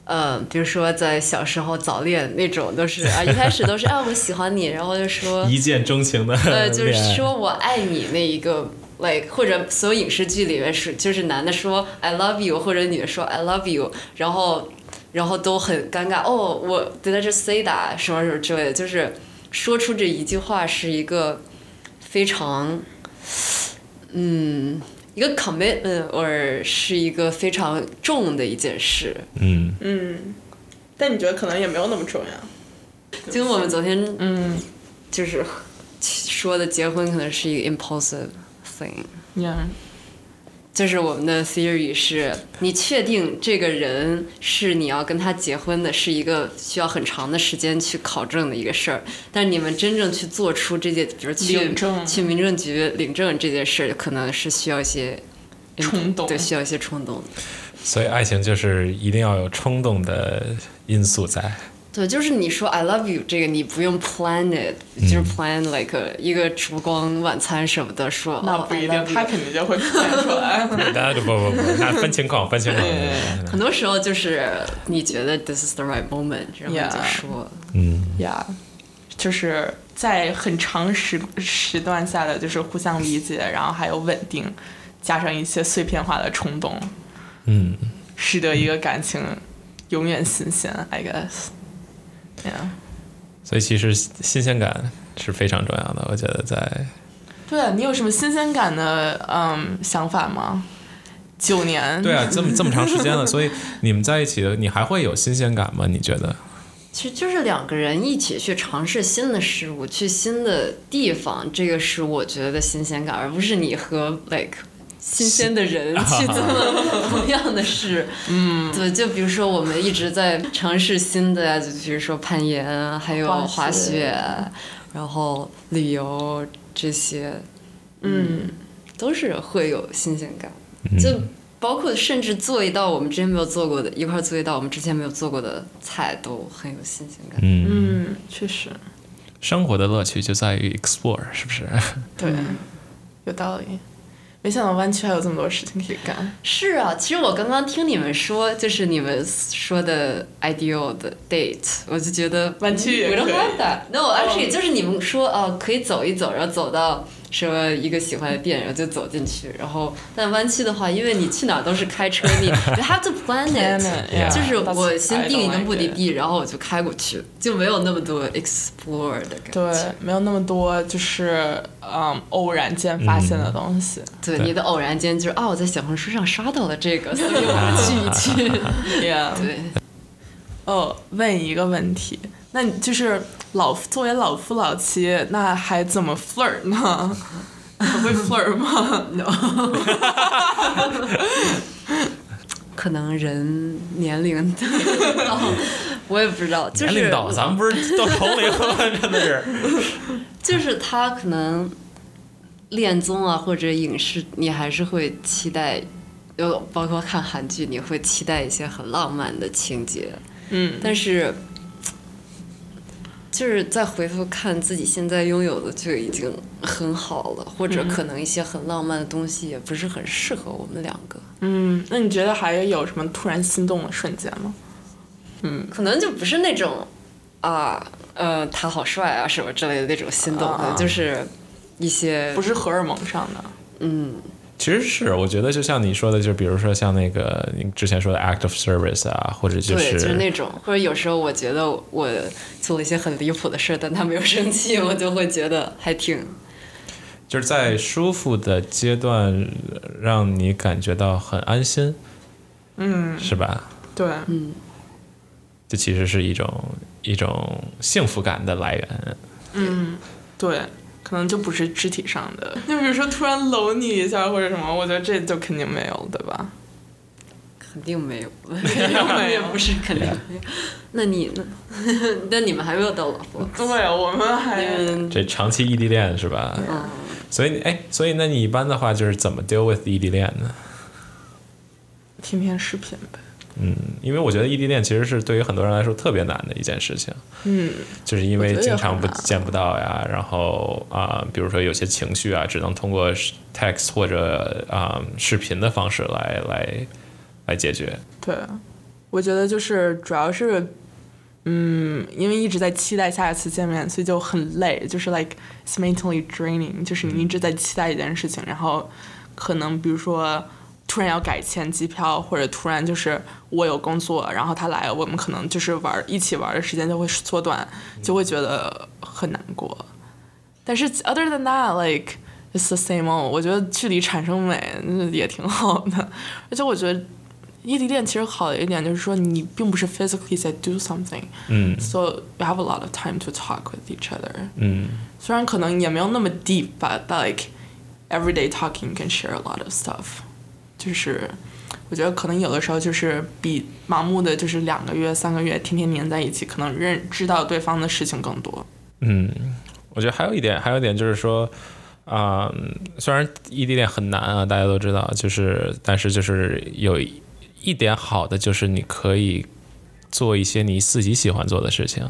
Speaker 3: 呃，比如说在小时候早恋那种，都是啊，一开始都是啊我喜欢你，然后就 说
Speaker 1: 一见钟情的
Speaker 3: 呃，就是
Speaker 1: 恋爱
Speaker 3: 说我爱你那一个，like 或者所有影视剧里面是就是男的说 I love you，或者女的说 I love you，然后然后都很尴尬。哦，我 did I just say that 什么什么之类的，就是说出这一句话是一个非常，嗯。一个 commitment or 是一个非常重的一件事，
Speaker 1: 嗯，
Speaker 10: 但你觉得可能也没有那么重要。
Speaker 3: 就跟我们昨天嗯，就是说的结婚可能是一个 impulsive thing，
Speaker 2: yeah.
Speaker 3: 就是我们的 theory 是，你确定这个人是你要跟他结婚的，是一个需要很长的时间去考证的一个事儿。但你们真正去做出这件，比如去
Speaker 2: 领证
Speaker 3: 去民政局领证这件事儿，可能是需要一些
Speaker 2: 冲动
Speaker 3: 对，需要一些冲动的。
Speaker 1: 所以爱情就是一定要有冲动的因素在。
Speaker 3: 对，就是你说 I love you 这个，你不用 plan it，、就是
Speaker 2: 嗯
Speaker 3: plan like a- 一个烛光晚餐什么的，说
Speaker 2: 那
Speaker 3: 哦
Speaker 2: 不
Speaker 3: I
Speaker 2: 一定，
Speaker 3: love
Speaker 2: 他
Speaker 3: you。
Speaker 2: 肯定就会看出来。
Speaker 1: 那 不不不，那分情况，分情况。
Speaker 3: 很多时候就是你觉得 this is the right moment，然后你
Speaker 2: Yeah
Speaker 3: 就说。
Speaker 1: 嗯，
Speaker 2: 呀就是在很长时时段下的就是互相理解，然后还有稳定，加上一些碎片化的冲动，
Speaker 1: 嗯，
Speaker 2: 使得一个感情永远新鲜。I guess，yeah.
Speaker 1: 所以其实新鲜感是非常重要的，我觉得在
Speaker 2: 对啊，你有什么新鲜感的嗯想法吗？九年，
Speaker 1: 对 啊，这么这么长时间了，所以你们在一起的，你还会有新鲜感吗？你觉得？
Speaker 3: 其实就是两个人一起去尝试新的事物，去新的地方，这个是我觉得新鲜感，而不是你和 like 新鲜的人去 做同样的事。嗯，对，就比如说我们一直在尝试新的呀，就比如说攀岩啊，还有滑
Speaker 2: 滑雪
Speaker 3: 雪，啊然后旅游这些，嗯，都是会有新鲜感。就包括甚至做一道我们之前没有做过的，一块儿做一道我们之前没有做过的菜，都很有新鲜感。
Speaker 1: 嗯，
Speaker 2: 嗯，确实，
Speaker 1: 生活的乐趣就在于 explore，是不是？
Speaker 2: 对，
Speaker 1: 嗯
Speaker 2: 有道理。没想到湾区还有这么多事情可以干，
Speaker 3: 是啊，其实我刚刚听你们说，就是你们说的 ideal 的 date，我就觉得嗯
Speaker 2: 湾区也
Speaker 3: We don't
Speaker 2: 可以
Speaker 3: have that。No,
Speaker 2: 哦
Speaker 3: actually，、就是你们说啊，可以走一走，然后走到什么一个喜欢的店，然后就走进去。然后，但湾区的话，因为你去哪儿都是开车， 你 you have to plan
Speaker 2: Plan
Speaker 3: it，
Speaker 2: it, yeah.
Speaker 3: 就是我
Speaker 2: That's-
Speaker 3: 先定一
Speaker 2: I
Speaker 3: 个
Speaker 2: don't like
Speaker 3: 目的地，然后我就开过去，就没有那么多 explore 的感觉。
Speaker 2: 对，没有那么多就是嗯偶然间发现的东西。
Speaker 3: 对，
Speaker 1: 对
Speaker 3: 你的偶然间就是啊，我在小红书上刷到了这个， 所以我们去一去。
Speaker 2: yeah，
Speaker 3: 对，
Speaker 2: 哦，问一个问题，那你就是老夫作为老夫老妻，那还怎么 flirt 呢？还会 flirt 吗？
Speaker 3: 可能人年龄 到，我也不知道， 就
Speaker 1: 年龄
Speaker 3: 是
Speaker 1: 到，哎咱们不是都同龄了吗？真的 是。
Speaker 3: 就是他可能恋综啊或者影视，你还是会期待，就包括看韩剧，你会期待一些很浪漫的情节，
Speaker 2: 嗯，
Speaker 3: 但是。就是再回头看自己现在拥有的就已经很好了，或者可能一些很浪漫的东西也不是很适合我们两个。
Speaker 2: 嗯，那你觉得还有什么突然心动的瞬间吗？
Speaker 3: 可能就不是那种啊，呃，他好帅啊什么之类的那种心动的，
Speaker 2: 啊
Speaker 3: 就是一些
Speaker 2: 不是荷尔蒙上的，
Speaker 3: 嗯，
Speaker 1: 其实是，我觉得就像你说的，就比如说像那个你之前说的 act of service 啊，或者就是
Speaker 3: 对，就是那种，或者有时候我觉 得我做了一些很离谱的事，但他没有生气，我就会觉得还挺
Speaker 1: 就是在舒服的阶段，呃让你感觉到很安心，
Speaker 2: 嗯，
Speaker 1: 是吧？
Speaker 2: 对，
Speaker 1: 这其实是一种一种幸福感的来源。
Speaker 2: 嗯，对，可能就不是肢体上的，就比如说突然搂你一下或者什么，我觉得这就肯定没有，对吧？
Speaker 3: 肯定没有，
Speaker 2: 没
Speaker 3: 也
Speaker 2: 有
Speaker 3: 不是肯定没有。那你呢？ 那你们还没有到老婆？
Speaker 2: 对，我们还
Speaker 3: 你们
Speaker 1: 这长期异地恋是吧？
Speaker 3: 嗯，
Speaker 1: 所以你哎，所以那你一般的话就是怎么 deal with 异地恋呢？
Speaker 2: 天天视频呗。
Speaker 1: 因为我觉得异地恋其实是对于很多人来说特别难的一件事情，
Speaker 2: 嗯，
Speaker 1: 就是因为
Speaker 2: 我觉得也
Speaker 1: 经
Speaker 2: 很
Speaker 1: 常不
Speaker 2: 难啊
Speaker 1: 见不到呀，然后啊、比如说有些情绪啊，只能通过 text 或者啊、视频的方式来来来解决。
Speaker 2: 对，我觉得就是主要是，嗯，因为一直在期待下一次见面，所以就很累，就是 like it's mentally draining，就是你一直在期待一件事情，然后可能比如说突然要改签机票，或者突然就是我有工作，然后他来，我们可能就是玩一起玩的时间就会缩短，就会觉得很难过。但是 other than that like。It's the same old，我觉得距离产生美嗯也挺好的，而且我觉得异地恋其实好的一点就是说，你并不是 physically 在 do something，so
Speaker 1: 嗯
Speaker 2: you have a lot of time to talk with each other。
Speaker 1: 嗯
Speaker 2: 虽然可能也没有那么 deep，but like everyday talking you can share a lot of stuff。就是我觉得可能有的时候就是比盲目的就是两个月、三个月天天黏在一起，可能认知道对方的事情更多。
Speaker 1: 嗯，我觉得还有一点，还有一点就是说。啊、虽然异地恋很难啊，大家都知道，就是但是就是有一一点好的就是你可以做一些你自己喜欢做的事情，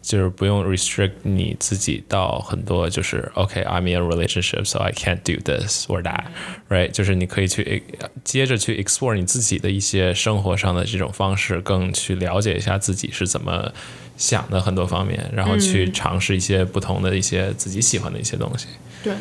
Speaker 1: 就是不用 restrict 你自己到很多就是 OK，I'm、in a relationship so I can't do this or that，right？就是你可以去接着去 explore 你自己的一些生活上的这种方式，更去了解一下自己是怎么想的很多方面，然后去尝试一些不同的一些自己喜欢的一些东西。
Speaker 2: 对，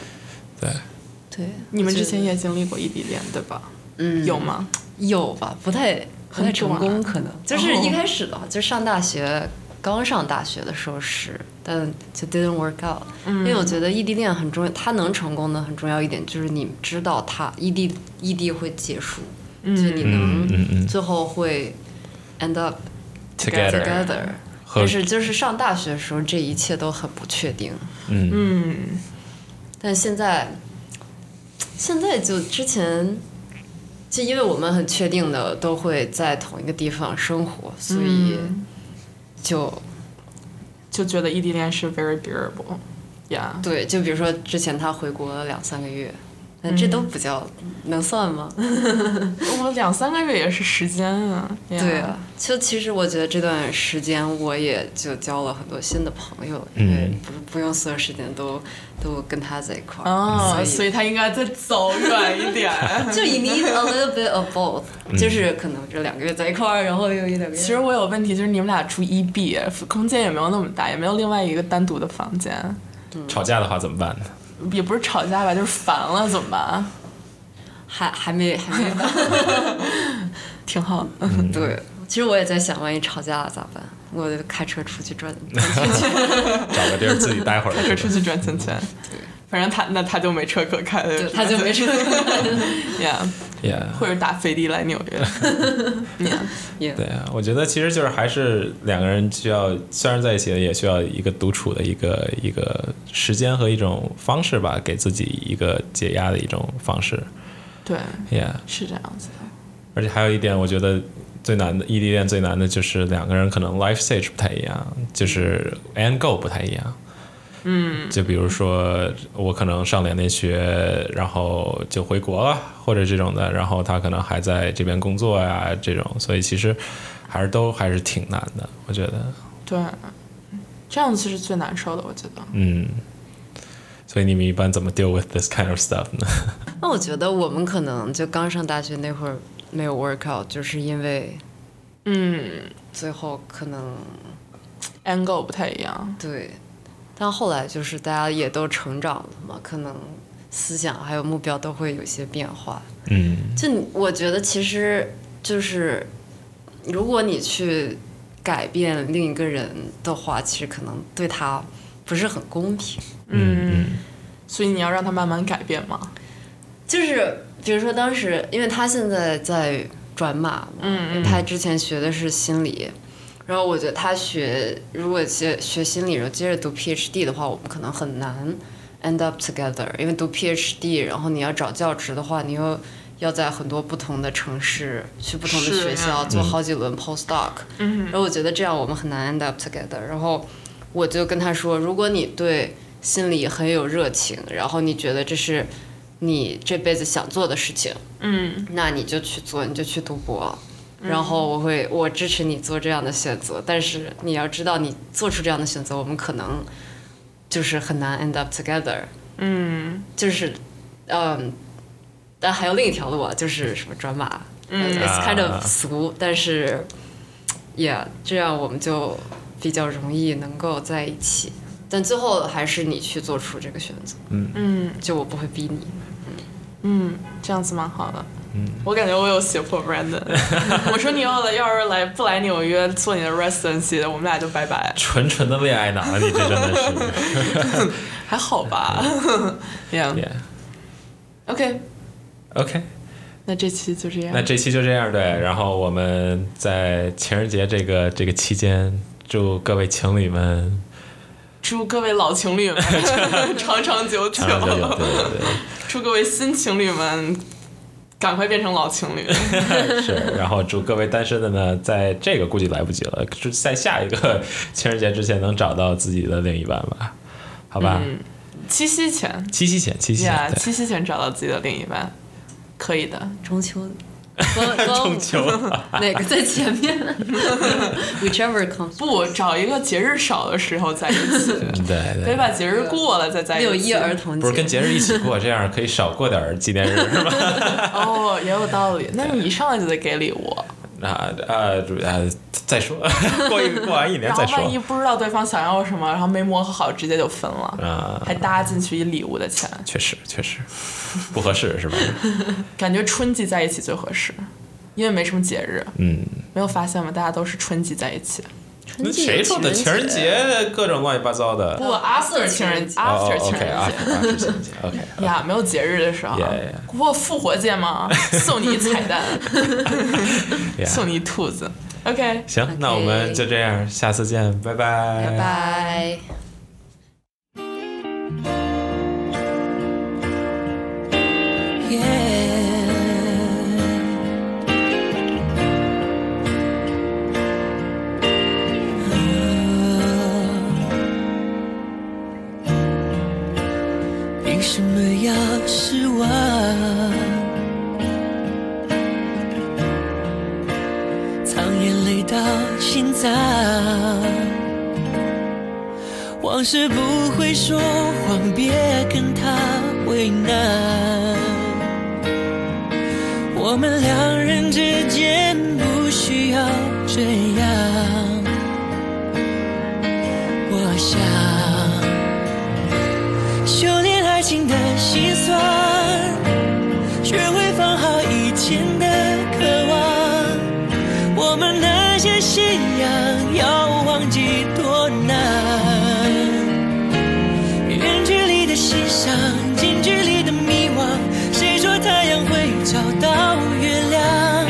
Speaker 1: 对，
Speaker 3: 对，
Speaker 2: 你们
Speaker 3: 我觉
Speaker 2: 之
Speaker 3: 得
Speaker 2: 前也经历过异地恋对吧？嗯，有吗？
Speaker 3: 有吧？不太不太成
Speaker 2: 很
Speaker 3: 功，
Speaker 2: 短
Speaker 3: 可能哦就是一开始的话，就上大学刚上大学的时候是，但就 didn't work out，、因为我觉得异地恋很重要，它能成功的很重要一点就是你知道它异地异地会结束，就你
Speaker 1: 嗯嗯
Speaker 3: 能
Speaker 1: 嗯
Speaker 3: 最后会 end up
Speaker 1: Together
Speaker 3: together。
Speaker 1: 哎和
Speaker 3: 但是就是上大学的时候，这一切都很不确定。
Speaker 1: 嗯
Speaker 2: 嗯，
Speaker 3: 但现在，现在就之前，就因为我们很确定的都会在同一个地方生活，所以就、
Speaker 2: 就觉得异地恋是 very bearable，yeah。
Speaker 3: 对，就比如说之前他回国两三个月，那这都不叫、能算吗？
Speaker 2: 我两三个月也是时间啊。呀
Speaker 3: 对啊，，就其实我觉得这段时间我也就交了很多新的朋友，
Speaker 1: 嗯
Speaker 3: 因为不不用所有时间都都跟他在一块儿，
Speaker 2: 哦，
Speaker 3: 所
Speaker 2: 所以他应该再走远一点。
Speaker 3: 就 you need a little bit of both，、就是可能这两个月在一块儿，然后又一两个月。
Speaker 2: 其实我有问题，就是你们俩住一 B，空间也没有那么大，也没有另外一个单独的房间，
Speaker 1: 吵架的话怎么办呢？
Speaker 2: 也不是吵架吧，就是烦了怎么办？
Speaker 3: 还还没还没办。
Speaker 2: 挺好的，
Speaker 3: 对，其实我也在想，万一吵架了咋办？我就开车出去转。
Speaker 1: 找个地儿自己待会儿
Speaker 2: 就
Speaker 1: 是
Speaker 2: 出
Speaker 1: 吧？
Speaker 2: 去赚钱去。反正他那他就没车可开了，
Speaker 3: 对，他就没车。
Speaker 2: 呀，
Speaker 1: Yeah
Speaker 2: 或者打飞的来纽约。Yeah
Speaker 1: 对啊，我觉得其实就是还是两个人需要，虽然在一起了，也需要一个独处的一个一个时间和一种方式吧，给自己一个解压的一种方式。
Speaker 2: 对，
Speaker 1: Yeah，
Speaker 2: 是这样子的。
Speaker 1: 而且还有一点，我觉得最难的异地恋最难的就是两个人可能 life stage 不太一样，就是 and go 不太一样。嗯，就比如说我可能上两年学，然后就回国了，或者这种的，然后他可能还在这边工作呀、这种，所以其实还是都还是挺难的，我觉得，
Speaker 2: 对，这样子是最难受的，我觉得。
Speaker 1: 嗯。所以你们一般怎么 deal with this kind of stuff 呢？
Speaker 3: 那我觉得我们可能就刚上大学那会儿没有 work out，就是因为
Speaker 2: 嗯
Speaker 3: 最后可能
Speaker 2: ，angle 不太一样。
Speaker 3: 对，但后来就是大家也都成长了嘛，可能思想还有目标都会有一些变化。
Speaker 1: 嗯
Speaker 3: 就你我觉得其实就是，如果你去改变另一个人的话，其实可能对他不是很公平。
Speaker 1: 嗯嗯
Speaker 2: 所以你要让他慢慢改变嘛。
Speaker 3: 就是比如说当时，因为他现在在转码嘛，因为他之前学的是心理，然后我觉得他学如果学学心理，然后接着读 PhD 的话，我们可能很难 end up together，因为读 PhD，然后你要找教职的话，你又要在很多不同的城市去不同的
Speaker 2: 是
Speaker 3: 学校
Speaker 2: 嗯
Speaker 3: 做好几轮 postdoc，、然后我觉得这样我们很难 end up together，然后我就跟他说，如果你对心理很有热情，然后你觉得这是你这辈子想做的事情，
Speaker 2: 嗯，
Speaker 3: 那你就去做，你就去读博。然后我会，我支持你做这样的选择，但是你要知道，你做出这样的选择，我们可能就是很难 end up together。嗯，就是，嗯，但还有另一条路啊，就是什么转码，嗯，it's kind of
Speaker 1: 啊
Speaker 3: 俗，但是，yeah，这样我们就比较容易能够在一起。但最后还是你去做出这个选择，嗯就我不会逼你。
Speaker 2: 这样子蛮好的。
Speaker 1: 嗯
Speaker 2: 我感觉我有胁迫 Brandon，我说你要来，要是来不来纽约做你的 residency 的，我们俩就拜拜。
Speaker 1: 纯纯的恋爱脑，啊你这真的 是
Speaker 2: 还好 吧？Yeah，OK，、OK，
Speaker 1: ，Yeah，OK。
Speaker 2: 那这期就这样
Speaker 1: 那。这期就这样，对。然后我们在情人节这个这个期间，祝各位情侣们
Speaker 2: 祝各位老情侣 们长长久久
Speaker 1: 长，长久久，对对对。
Speaker 2: 祝各位新情侣们赶快变成老情 侣。
Speaker 1: 是，然后祝各位单身的呢，在这个估计来不及了，就在下一个 情人节之前能找到自己的另一半吧，好吧？
Speaker 2: 七夕前
Speaker 1: 七夕前，七夕前
Speaker 2: ，Yeah，
Speaker 1: 对
Speaker 2: 嗯七夕前找到自己的另一半，可以的。
Speaker 3: 中秋，光光
Speaker 1: 求
Speaker 3: 哪个在前面？Whichever comes。
Speaker 2: 不找一个节日少的时候在一起，
Speaker 1: 对
Speaker 2: 得
Speaker 1: 对，
Speaker 2: 把节日过了再在一起。
Speaker 3: 六一儿童节，
Speaker 1: 不是跟节日一起过，这样可以少过点儿纪念日是吧？
Speaker 2: 哦，也有道理。那你一上来就得给礼物，
Speaker 1: 啊啊主啊！再说， 过一过完一年
Speaker 2: 然后
Speaker 1: 再
Speaker 2: 万一
Speaker 1: 说
Speaker 2: 不知道对方想要什么，然后没磨合好，直接就分了，
Speaker 1: 啊。
Speaker 2: 还搭进去一礼物的钱，
Speaker 1: 确实，确实不合适， 是吧？
Speaker 2: 感觉春季在一起最合适，因为没什么节日。
Speaker 1: 嗯，
Speaker 2: 没有发现吗？大家都是春季在一起。
Speaker 1: 那谁说的情人？节各种乱七八糟的？
Speaker 2: 不
Speaker 1: 哦
Speaker 2: ，after 情人，after 情
Speaker 1: ，OK
Speaker 2: 人
Speaker 1: 啊
Speaker 2: 节。
Speaker 1: ，after 情人节，OK。
Speaker 2: 呀，没有节日的时候啊
Speaker 1: Yeah, yeah.，
Speaker 2: 不过复活 节嘛，送你一彩蛋，送你一兔子。OK，
Speaker 1: 行
Speaker 3: OK
Speaker 1: 那我们就这样，下次见，拜拜，
Speaker 3: 拜拜。
Speaker 11: Yeah. Oh. 为什么要失望？藏眼泪到心脏，往事不会说谎，别跟他为难。我们两人之间不需要这样。我想修炼爱情的心酸，学会放好以前的渴望。我们那些信仰要忘记多难。远距离的欣赏，近距离的迷惘。谁说太阳会找到月亮？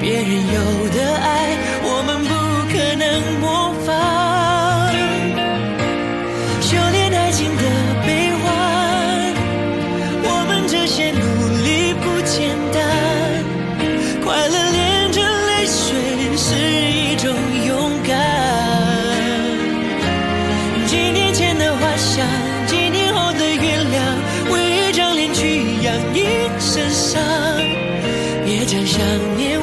Speaker 11: 别人有的爱，我们不可能模仿。修炼爱情的悲欢，我们这些努力不简单。快乐连着泪水是一种勇敢。几年前的花香，几年后的月亮，为一张脸去养一身伤。别再想念